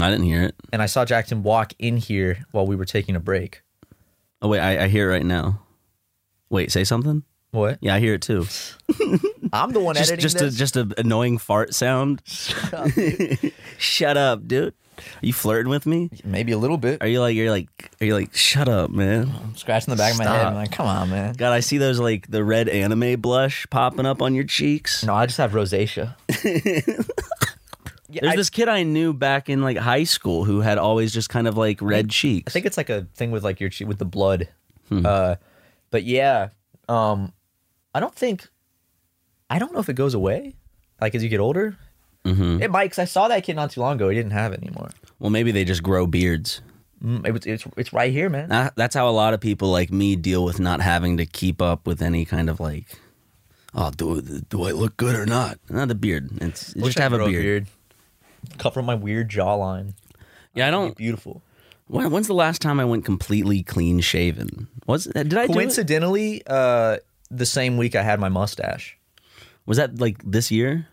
Speaker 5: I didn't hear it.
Speaker 3: and I saw Jackson walk in here while we were taking a break.
Speaker 5: Oh wait, I, I hear it right now. Wait, say something.
Speaker 3: What?
Speaker 5: Yeah, I hear it too.
Speaker 3: I'm the one
Speaker 5: Just
Speaker 3: editing
Speaker 5: just a,
Speaker 3: this.
Speaker 5: just a annoying fart sound. Shut up, dude. dude. Are you flirting with me?
Speaker 3: Maybe a little bit.
Speaker 5: Are you like you're like are you like shut up, man?
Speaker 3: I'm scratching the back of my head. I'm like, come on, man.
Speaker 5: God, I see those like the red anime blush popping up on your cheeks.
Speaker 3: No, I just have rosacea. yeah,
Speaker 5: There's
Speaker 3: I,
Speaker 5: this kid I knew back in like high school who had always just kind of like red
Speaker 3: I
Speaker 5: cheeks.
Speaker 3: think it's like a thing with like your che- with the blood. Uh, but yeah, um, I don't think, I don't know if it goes away. Like as you get older, it might. 'cause I saw that kid not too long ago. He didn't have it anymore.
Speaker 5: well, maybe they just grow beards.
Speaker 3: Mm, It was, it's it's right here, man.
Speaker 5: That- That's how a lot of people like me deal with not having to keep up with any kind of like, oh, do, do I look good or not? Not the beard. It's
Speaker 3: Wish
Speaker 5: just
Speaker 3: I
Speaker 5: have
Speaker 3: could
Speaker 5: a
Speaker 3: grow
Speaker 5: beard.
Speaker 3: Cover my weird jawline.
Speaker 5: Yeah, I don't.
Speaker 3: Beautiful.
Speaker 5: When, when's the last time I went completely clean shaven? Was uh, did I do it?
Speaker 3: coincidentally uh the same week i had my mustache
Speaker 5: Was that like this year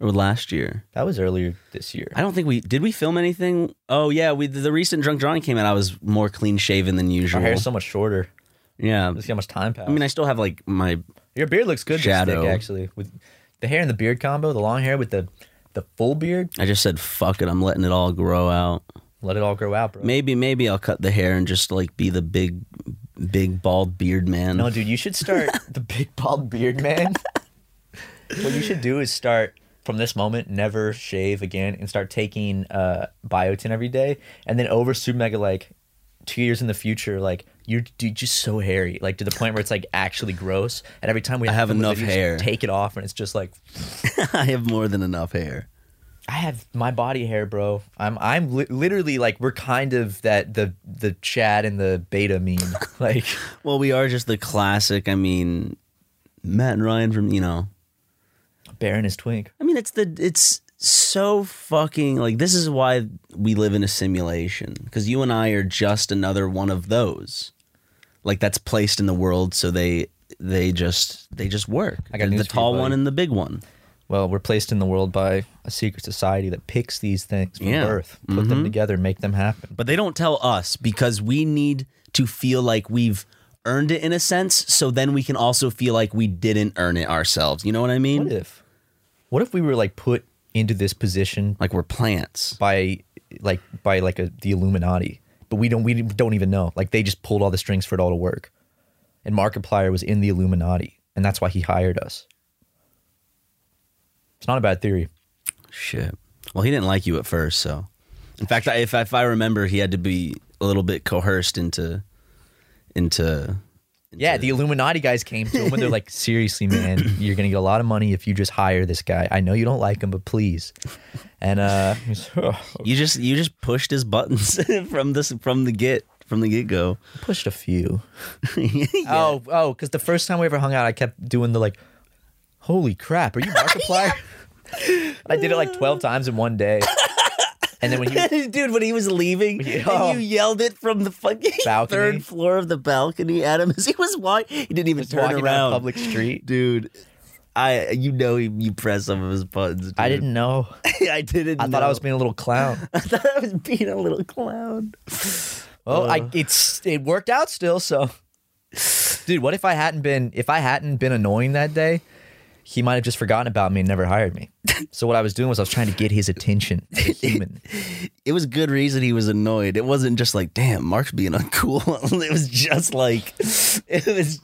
Speaker 5: or last year?
Speaker 3: that was earlier this year
Speaker 5: I don't think we did. We film anything? Oh yeah, we the recent Drunk Johnny came out. I was more clean shaven than
Speaker 3: my
Speaker 5: usual.
Speaker 3: hair's so much shorter
Speaker 5: yeah,
Speaker 3: let's see how much time passed
Speaker 5: I mean, I still have like my
Speaker 3: your beard looks good this
Speaker 5: Shadow.
Speaker 3: thick, actually with the hair and the beard combo the long hair with the the full beard
Speaker 5: I just said fuck it. I'm letting it all grow out.
Speaker 3: let it all grow out bro
Speaker 5: Maybe maybe I'll cut the hair and just like be the big big bald beard man.
Speaker 3: no dude you should start the big bald beard man what you should do is start from this moment never shave again and start taking uh biotin every day and then over super mega like two years in the future like you're dude, just so hairy like to the point where it's like actually gross and every time we
Speaker 5: I have
Speaker 3: to look at
Speaker 5: enough
Speaker 3: you, just
Speaker 5: hair.
Speaker 3: take it off and it's just like
Speaker 5: I have more than enough hair.
Speaker 3: i have my body hair bro i'm i'm li- literally like we're kind of that the the chad and the beta meme like
Speaker 5: Well, we are just the classic. I mean, Matt and Ryan from you know.
Speaker 3: baron is twink
Speaker 5: I mean, it's the it's so fucking like this is why we live in a simulation because you and I are just another one of those. Like that's placed in the world, so they they just they just work.
Speaker 3: I got
Speaker 5: They're
Speaker 3: news
Speaker 5: the
Speaker 3: for you,
Speaker 5: tall one
Speaker 3: buddy.
Speaker 5: and the big one.
Speaker 3: well, we're placed in the world by a secret society that picks these things from
Speaker 5: Yeah.
Speaker 3: birth, put them together, make them happen.
Speaker 5: but they don't tell us because we need to feel like we've earned it in a sense so then we can also feel like we didn't earn it ourselves you know what i mean
Speaker 3: What if? What if we were like put into this position
Speaker 5: like we're plants
Speaker 3: by like by like a, the Illuminati, but we don't we don't even know. Like they just pulled all the strings for it all to work. And Markiplier was in the Illuminati, and that's why he hired us. It's not a bad theory.
Speaker 5: shit well he didn't like you at first so in fact I, if, if i remember he had to be a little bit coerced into into
Speaker 3: Yeah, the Illuminati guys came to him and they're like, seriously, man, you're gonna get a lot of money if you just hire this guy. I know you don't like him, but please. And uh he's,
Speaker 5: you just you just pushed his buttons from this from the get from the get-go
Speaker 3: pushed a few. Oh, oh, because the first time we ever hung out, I kept doing the like, Holy crap! Are you Markiplier? I did it like twelve times in one day, and then when he
Speaker 5: Dude, when he was leaving,
Speaker 3: Yeah.
Speaker 5: and you yelled it from the fucking
Speaker 3: Balcony.
Speaker 5: third floor of the balcony at him as he was walking. He didn't even
Speaker 3: was
Speaker 5: turn
Speaker 3: walking down
Speaker 5: around.
Speaker 3: a public street,
Speaker 5: Dude, I you know he, you press some of his buttons. Dude.
Speaker 3: I didn't know.
Speaker 5: I didn't.
Speaker 3: I thought I
Speaker 5: know.
Speaker 3: was being a little clown.
Speaker 5: I thought I was being a little clown.
Speaker 3: Well,
Speaker 5: Uh.
Speaker 3: I, it's it worked out still. So, dude, what if I hadn't been if I hadn't been annoying that day? He might have just forgotten about me and never hired me. So what I was doing was I was trying to get his attention as a human.
Speaker 5: It was good reason he was annoyed. It wasn't just like, damn, Mark's being uncool. it was just like, it was.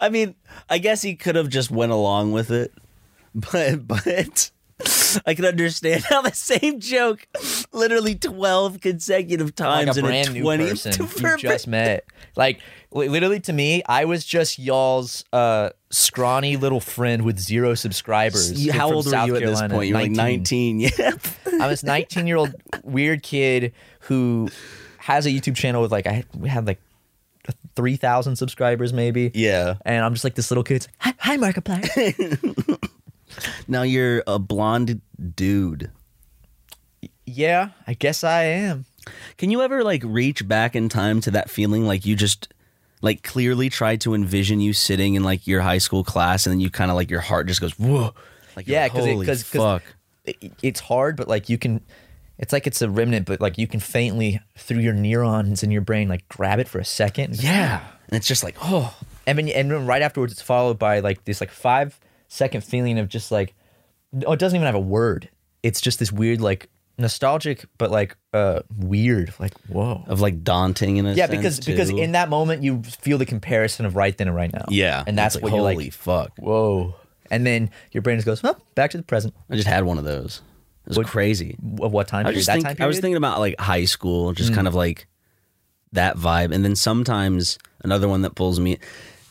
Speaker 5: I mean, I guess he could have just went along with it, but but I can understand how the same joke, literally twelve consecutive times
Speaker 3: like a
Speaker 5: in
Speaker 3: brand
Speaker 5: a
Speaker 3: new
Speaker 5: twenty
Speaker 3: person you
Speaker 5: different-
Speaker 3: just met. Like li- literally to me, I was just y'all's uh, scrawny little friend with zero subscribers.
Speaker 5: You- how
Speaker 3: from
Speaker 5: old were
Speaker 3: South
Speaker 5: you
Speaker 3: Carolina,
Speaker 5: at this point? You were like 19. Yeah.
Speaker 3: I was 19 year old weird kid who has a YouTube channel with like I we had like 3,000 subscribers maybe.
Speaker 5: Yeah.
Speaker 3: And I'm just like this little kid. It's like, hi, hi Markiplier.
Speaker 5: Now you're a blonde dude.
Speaker 3: yeah, I guess I am.
Speaker 5: Can you ever like reach back in time to that feeling like you just like clearly tried to envision you sitting in like your high school class and then you kind of like your heart just goes whoa like you're
Speaker 3: Yeah,
Speaker 5: like,
Speaker 3: because
Speaker 5: "Holy
Speaker 3: because
Speaker 5: fuck
Speaker 3: it, it's hard, but like you can, it's like it's a remnant, but like you can faintly through your neurons in your brain like grab it for a second.
Speaker 5: yeah and it's just like oh
Speaker 3: and then and then right afterwards it's followed by like this like five second feeling of just like oh it doesn't even have a word. It's just this weird like nostalgic but like uh weird like whoa
Speaker 5: of like daunting in a
Speaker 3: yeah
Speaker 5: sense,
Speaker 3: because because
Speaker 5: too.
Speaker 3: in that moment you feel the comparison of right then and right now
Speaker 5: yeah
Speaker 3: and that's
Speaker 5: it's
Speaker 3: what
Speaker 5: like,
Speaker 3: you're
Speaker 5: holy
Speaker 3: like
Speaker 5: fuck
Speaker 3: whoa and then your brain just goes oh, back to the present
Speaker 5: I just had one of those it was crazy
Speaker 3: of what time
Speaker 5: I was
Speaker 3: period?
Speaker 5: just
Speaker 3: that
Speaker 5: think,
Speaker 3: time
Speaker 5: I was
Speaker 3: period? Mm.
Speaker 5: thinking about like high school, just kind of like that vibe. And then sometimes another one that pulls me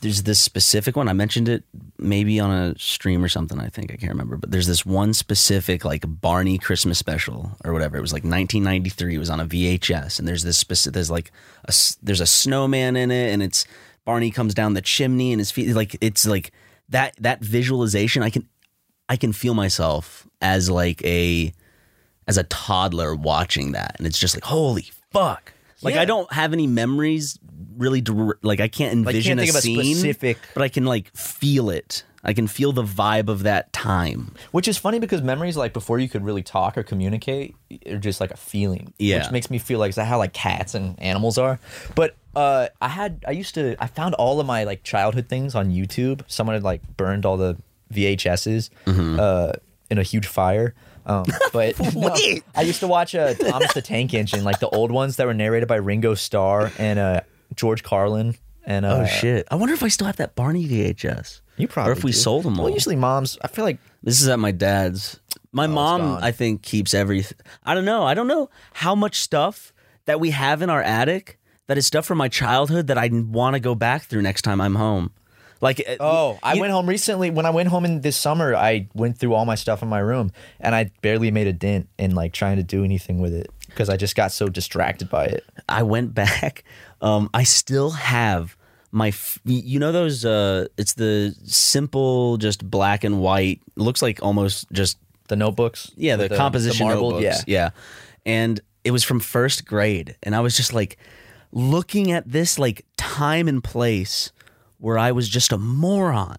Speaker 5: there's this specific one. I mentioned it maybe on a stream or something, I think. I can't remember. But there's this one specific like Barney Christmas special or whatever. It was like 1993. It was on a VHS and there's this specific there's like a s- there's a snowman in it and it's Barney comes down the chimney and his feet like it's like that that visualization I can I can feel myself as like a as a toddler watching that and it's just like holy fuck like
Speaker 3: Yeah.
Speaker 5: i don't have any memories really dir- like i can't
Speaker 3: Like,
Speaker 5: envision
Speaker 3: can't think
Speaker 5: a
Speaker 3: of a
Speaker 5: scene
Speaker 3: specific-
Speaker 5: but i can like feel it i can feel the vibe of that time
Speaker 3: Which is funny because memories, like before you could really talk or communicate, are just like a feeling.
Speaker 5: Yeah.
Speaker 3: Which makes me feel like, is that how like cats and animals are? But uh, I had, I used to, I found all of my like childhood things on YouTube. Someone had like burned all the VHSs
Speaker 5: Mm-hmm.
Speaker 3: uh, in a huge fire. Um, but no, I used to watch uh, Thomas the Tank Engine, like the old ones that were narrated by Ringo Starr and uh, George Carlin. And uh,
Speaker 5: oh shit i wonder if i still have that barney vhs
Speaker 3: You probably
Speaker 5: or if we
Speaker 3: do.
Speaker 5: sold them all
Speaker 3: Well, usually moms, I feel like
Speaker 5: This is at my dad's. My mom,
Speaker 3: Oh, gone.
Speaker 5: I think, keeps everything. I don't know. I don't know how much stuff that we have in our attic that is stuff from my childhood that I want to go back through next time I'm home. Like, uh,
Speaker 3: Oh, I
Speaker 5: you-
Speaker 3: went home recently. When I went home in this summer, I went through all my stuff in my room, and I barely made a dent in like trying to do anything with it because I just got so distracted by it.
Speaker 5: I went back. Um, I still have my, f- you know, those, uh, it's the simple, just black and white, looks like almost just
Speaker 3: The notebooks,
Speaker 5: Yeah, the,
Speaker 3: with
Speaker 5: composition
Speaker 3: marbled-
Speaker 5: notebooks.
Speaker 3: Yeah,
Speaker 5: Yeah. And it was from first grade. And I was just like looking at this like time and place where I was just a moron.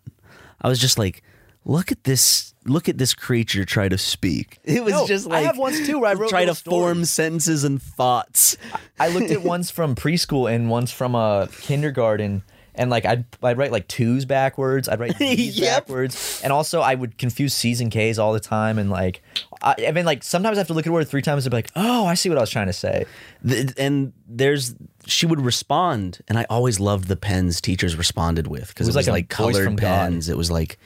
Speaker 5: I was just like, look at this look at this creature try to speak. It was
Speaker 3: No,
Speaker 5: just
Speaker 3: I
Speaker 5: like
Speaker 3: have ones too where I wrote
Speaker 5: try to
Speaker 3: little
Speaker 5: form sentences and thoughts.
Speaker 3: I looked at ones from preschool and ones from uh, kindergarten. And like I'd, I'd write like twos backwards, I'd write Ds
Speaker 5: Yep.
Speaker 3: backwards, and also I would confuse C's and K's all the time, and like I, I mean like sometimes I have to look at a word three times and be like, oh, I see what I was trying to say.
Speaker 5: Th- and there's she would respond and i always loved the pens teachers responded with because it was,
Speaker 3: was
Speaker 5: like,
Speaker 3: like a voice
Speaker 5: colored
Speaker 3: from God.
Speaker 5: pens it was like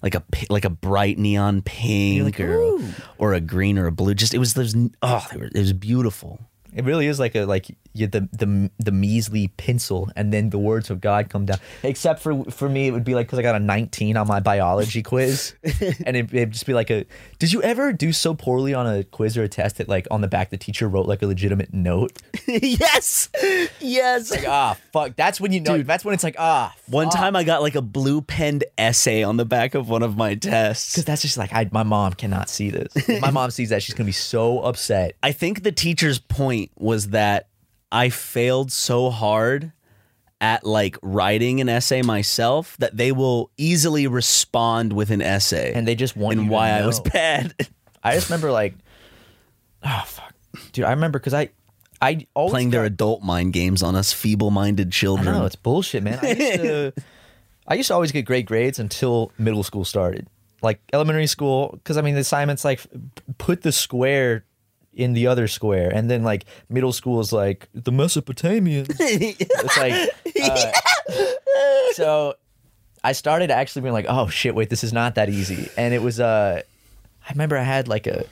Speaker 5: like a pi- like a bright neon pink or or a green or a blue just it was those oh they were, it was beautiful
Speaker 3: It really is like a like you the the the measly pencil, and then the words of God come down. Except for for me, it would be like because I got a 19 on my biology quiz, and it, it'd just be like a. Did you ever do so poorly on a quiz or a test that like on the back the teacher wrote like a legitimate note?
Speaker 5: yes, yes.
Speaker 3: Like ah fuck, that's when you know. That's when it's like ah.
Speaker 5: One time I got like a blue penned essay on the back of one of my tests.
Speaker 3: Because that's just like I, my mom cannot see this. If my mom sees that she's gonna be so upset.
Speaker 5: I think the teacher's point was that I failed so hard at like writing an essay myself that they will easily respond with an essay
Speaker 3: And they just want
Speaker 5: and
Speaker 3: you to
Speaker 5: why I was
Speaker 3: know.
Speaker 5: bad.
Speaker 3: I just remember like, oh fuck, dude. I remember because I, I always
Speaker 5: Playing their
Speaker 3: got-
Speaker 5: adult mind games on us feeble minded
Speaker 3: I
Speaker 5: children.
Speaker 3: know it's bullshit, man. I used to, I used to always get great grades until middle school started. Like elementary school, because I mean the assignments like put the square in the other square, and then like middle school is like the Mesopotamians. it's like uh, so. I started actually being like, oh shit, wait, this is not that easy, and it was. uh I remember I had like a.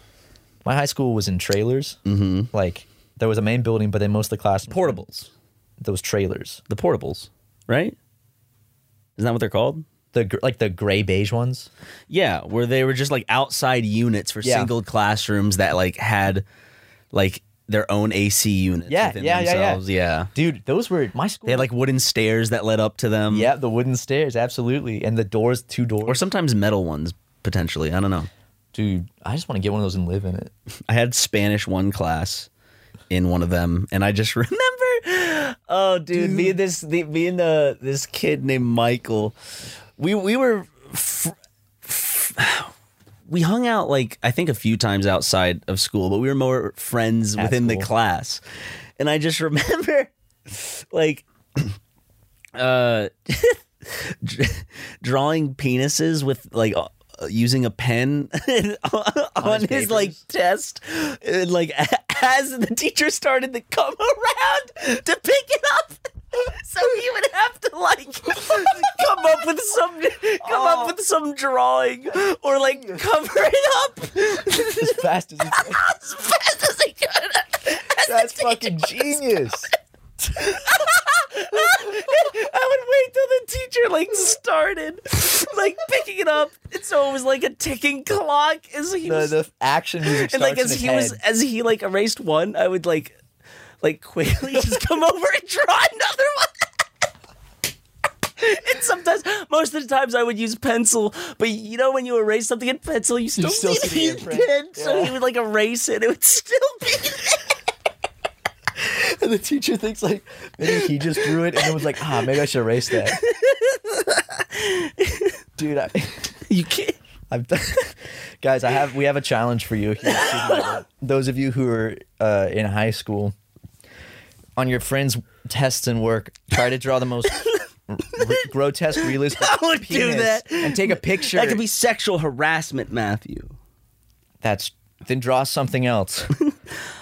Speaker 3: My high school was in trailers. Mm-hmm. Like there was a main building, but then most of the class
Speaker 5: portables.
Speaker 3: those trailers.
Speaker 5: The portables, right? Isn't that what they're called?
Speaker 3: the gr- like the gray beige ones.
Speaker 5: Yeah, where they were just like outside units for
Speaker 3: Yeah.
Speaker 5: single classrooms that like had like their own AC units.
Speaker 3: Yeah,
Speaker 5: within
Speaker 3: yeah, yeah, yeah.
Speaker 5: themselves. yeah.
Speaker 3: Dude, those were my school.
Speaker 5: They had like wooden stairs that led up to them.
Speaker 3: yeah, the wooden stairs, absolutely, and the doors, two
Speaker 5: Or
Speaker 3: doors.
Speaker 5: sometimes metal ones potentially. I don't know.
Speaker 3: Dude, I just want to get one of those and live in it.
Speaker 5: I had Spanish one class in one of them, and I just remember, oh, dude, me and this, the, me and the this kid named Michael, we we were, fr- fr- we hung out like I think a few times outside of school, but we were more friends
Speaker 3: At
Speaker 5: within the
Speaker 3: school.
Speaker 5: class, and I just remember, like, uh. dr- drawing penises with like uh, using a pen on, his,
Speaker 3: papers.
Speaker 5: like test and, like a- as the teacher started to come around to pick it up so he would have to like come up with some come up with some drawing or like cover it up
Speaker 3: As fast as you can.
Speaker 5: as fast as he could
Speaker 3: That's fucking genius.
Speaker 5: I would wait till the teacher like started like picking it up, and so it was like a ticking clock as he
Speaker 3: The,
Speaker 5: was
Speaker 3: the action music starts
Speaker 5: and like
Speaker 3: in
Speaker 5: as
Speaker 3: his
Speaker 5: he
Speaker 3: head.
Speaker 5: was as he like erased one, I would like like quickly just come over and draw another one. and sometimes, most of the times, I would use pencil. But you know, when you erase something in pencil, you still,
Speaker 3: still
Speaker 5: see,
Speaker 3: see the
Speaker 5: the
Speaker 3: imprint.
Speaker 5: imprint. So
Speaker 3: Yeah.
Speaker 5: he would like erase it; it would still be there.
Speaker 3: and the teacher thinks like maybe he just drew it and it was like ah maybe I should erase that. Dude, I,
Speaker 5: You can't.
Speaker 3: I've guys, I have we have a challenge for you. here. Those of you who are uh, in high school, on your friends' tests and work, try to draw the most r- r- grotesque, realistic
Speaker 5: Don't do
Speaker 3: penis
Speaker 5: that.
Speaker 3: and take a picture.
Speaker 5: That could be sexual harassment, Matthew.
Speaker 3: that's then draw something else.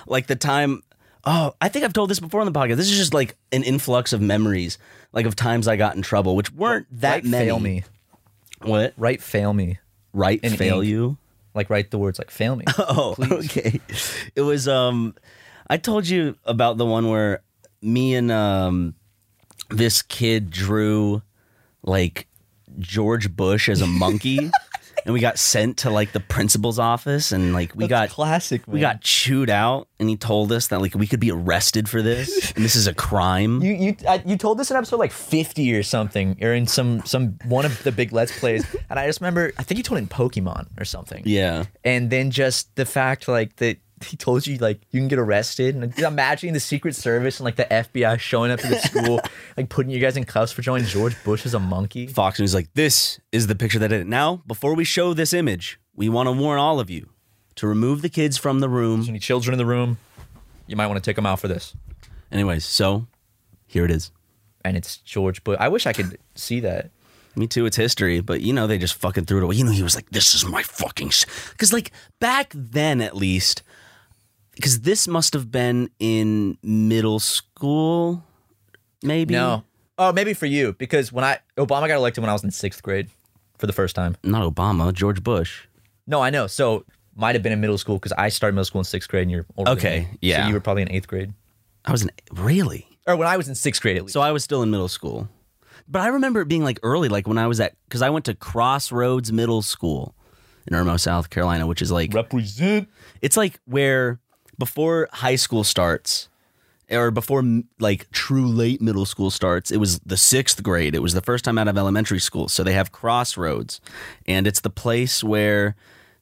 Speaker 5: like the time oh i think i've told this before on the podcast this is just like an influx of memories like of times i got in trouble which weren't that
Speaker 3: Write
Speaker 5: many
Speaker 3: fail me.
Speaker 5: what
Speaker 3: Write fail me.
Speaker 5: right
Speaker 3: In
Speaker 5: fail
Speaker 3: ink.
Speaker 5: you
Speaker 3: Like write the words like fail me.
Speaker 5: oh okay it was um i told you about the one where me and um this kid drew like george bush as a monkey and we got sent to like the principal's office and like we
Speaker 3: That's
Speaker 5: got
Speaker 3: classic.
Speaker 5: we
Speaker 3: man.
Speaker 5: got chewed out and he told us that like we could be arrested for this and this is a crime
Speaker 3: You you I, you told this in episode like fifty or something, or in some some one of the big let's plays, and I just remember I think you told it in Pokemon or something.
Speaker 5: yeah
Speaker 3: and then just the fact like that he told you like you can get arrested and just imagining the secret service and like the fbi showing up to the school like putting you guys in cuffs for showing george bush as a monkey
Speaker 5: fox news is like this is the picture that did it now before we show this image we want to warn all of you to remove the kids from the room
Speaker 3: any children in the room you might want to take them out for this
Speaker 5: anyways so here it is
Speaker 3: and it's george bush i wish i could see that
Speaker 5: me too it's history but you know they just fucking threw it away you know he was like this is my fucking because like back then at least because this must have been in middle school maybe
Speaker 3: no oh maybe for you because when i obama got elected when i was in sixth grade for the first time
Speaker 5: not obama george bush
Speaker 3: no i know so might have been in middle school because i started middle school in sixth grade and you're older than
Speaker 5: Okay,
Speaker 3: me. So
Speaker 5: yeah.
Speaker 3: you were probably in eighth grade
Speaker 5: I was in really.
Speaker 3: Or when I was in sixth grade, at least.
Speaker 5: So I was still in middle school. But I remember it being like early, like when I was at, because I went to Crossroads Middle School in Irmo, South Carolina, which is like,
Speaker 3: Represent.
Speaker 5: it's like where before high school starts or before m- like true late middle school starts, it was the sixth grade. It was the first time out of elementary school. So they have Crossroads and it's the place where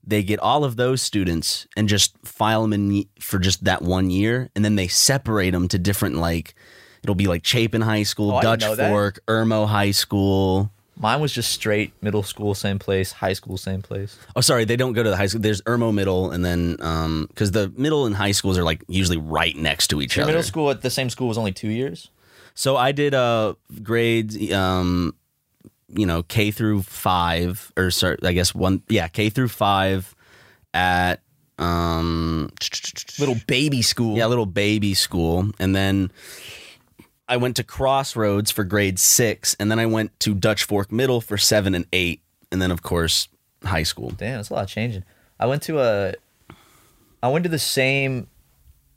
Speaker 5: they get all of those students and just file them in y- for just that one year. And then they separate them to different, like, it'll be like Chapin High School,
Speaker 3: Oh, I didn't
Speaker 5: Dutch
Speaker 3: know that.
Speaker 5: Fork, Irmo High School.
Speaker 3: Mine was just straight middle school, same place, high school, same place.
Speaker 5: Oh, sorry, they don't go to the high school. There's Irmo Middle, and then because the middle and high schools are like usually right next to each
Speaker 3: Your
Speaker 5: other.
Speaker 3: middle school at the same school was only two years.
Speaker 5: So I did uh grades um you know K through 5 or sorry I guess one yeah K through 5 at um
Speaker 3: Little baby school.
Speaker 5: yeah little baby school and then I went to Crossroads for grade 6 and then I went to Dutch Fork Middle for 7 and 8 and then of course high school.
Speaker 3: Damn, that's a lot of changing. I went to a, I went to the same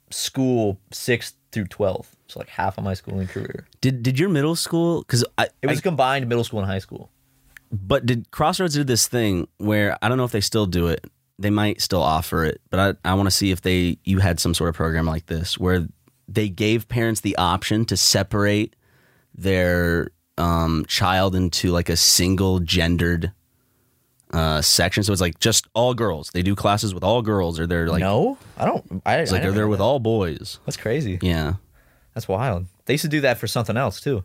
Speaker 3: school sixth through twelfth. So like half of my schooling career.
Speaker 5: Did did your middle school cuz I
Speaker 3: It was combined middle school and high school.
Speaker 5: but did Crossroads did this thing where I don't know if they still do it. They might still offer it, but I, I want to see if they you had some sort of program like this where they gave parents the option to separate their um, child into like a single gendered uh, section. So it's like just all girls. They do classes with all girls, or they're like
Speaker 3: no, I don't. I,
Speaker 5: it's
Speaker 3: I
Speaker 5: like they're
Speaker 3: never
Speaker 5: there
Speaker 3: did
Speaker 5: with
Speaker 3: that.
Speaker 5: all boys.
Speaker 3: That's crazy.
Speaker 5: Yeah,
Speaker 3: That's wild. They used to do that for something else too.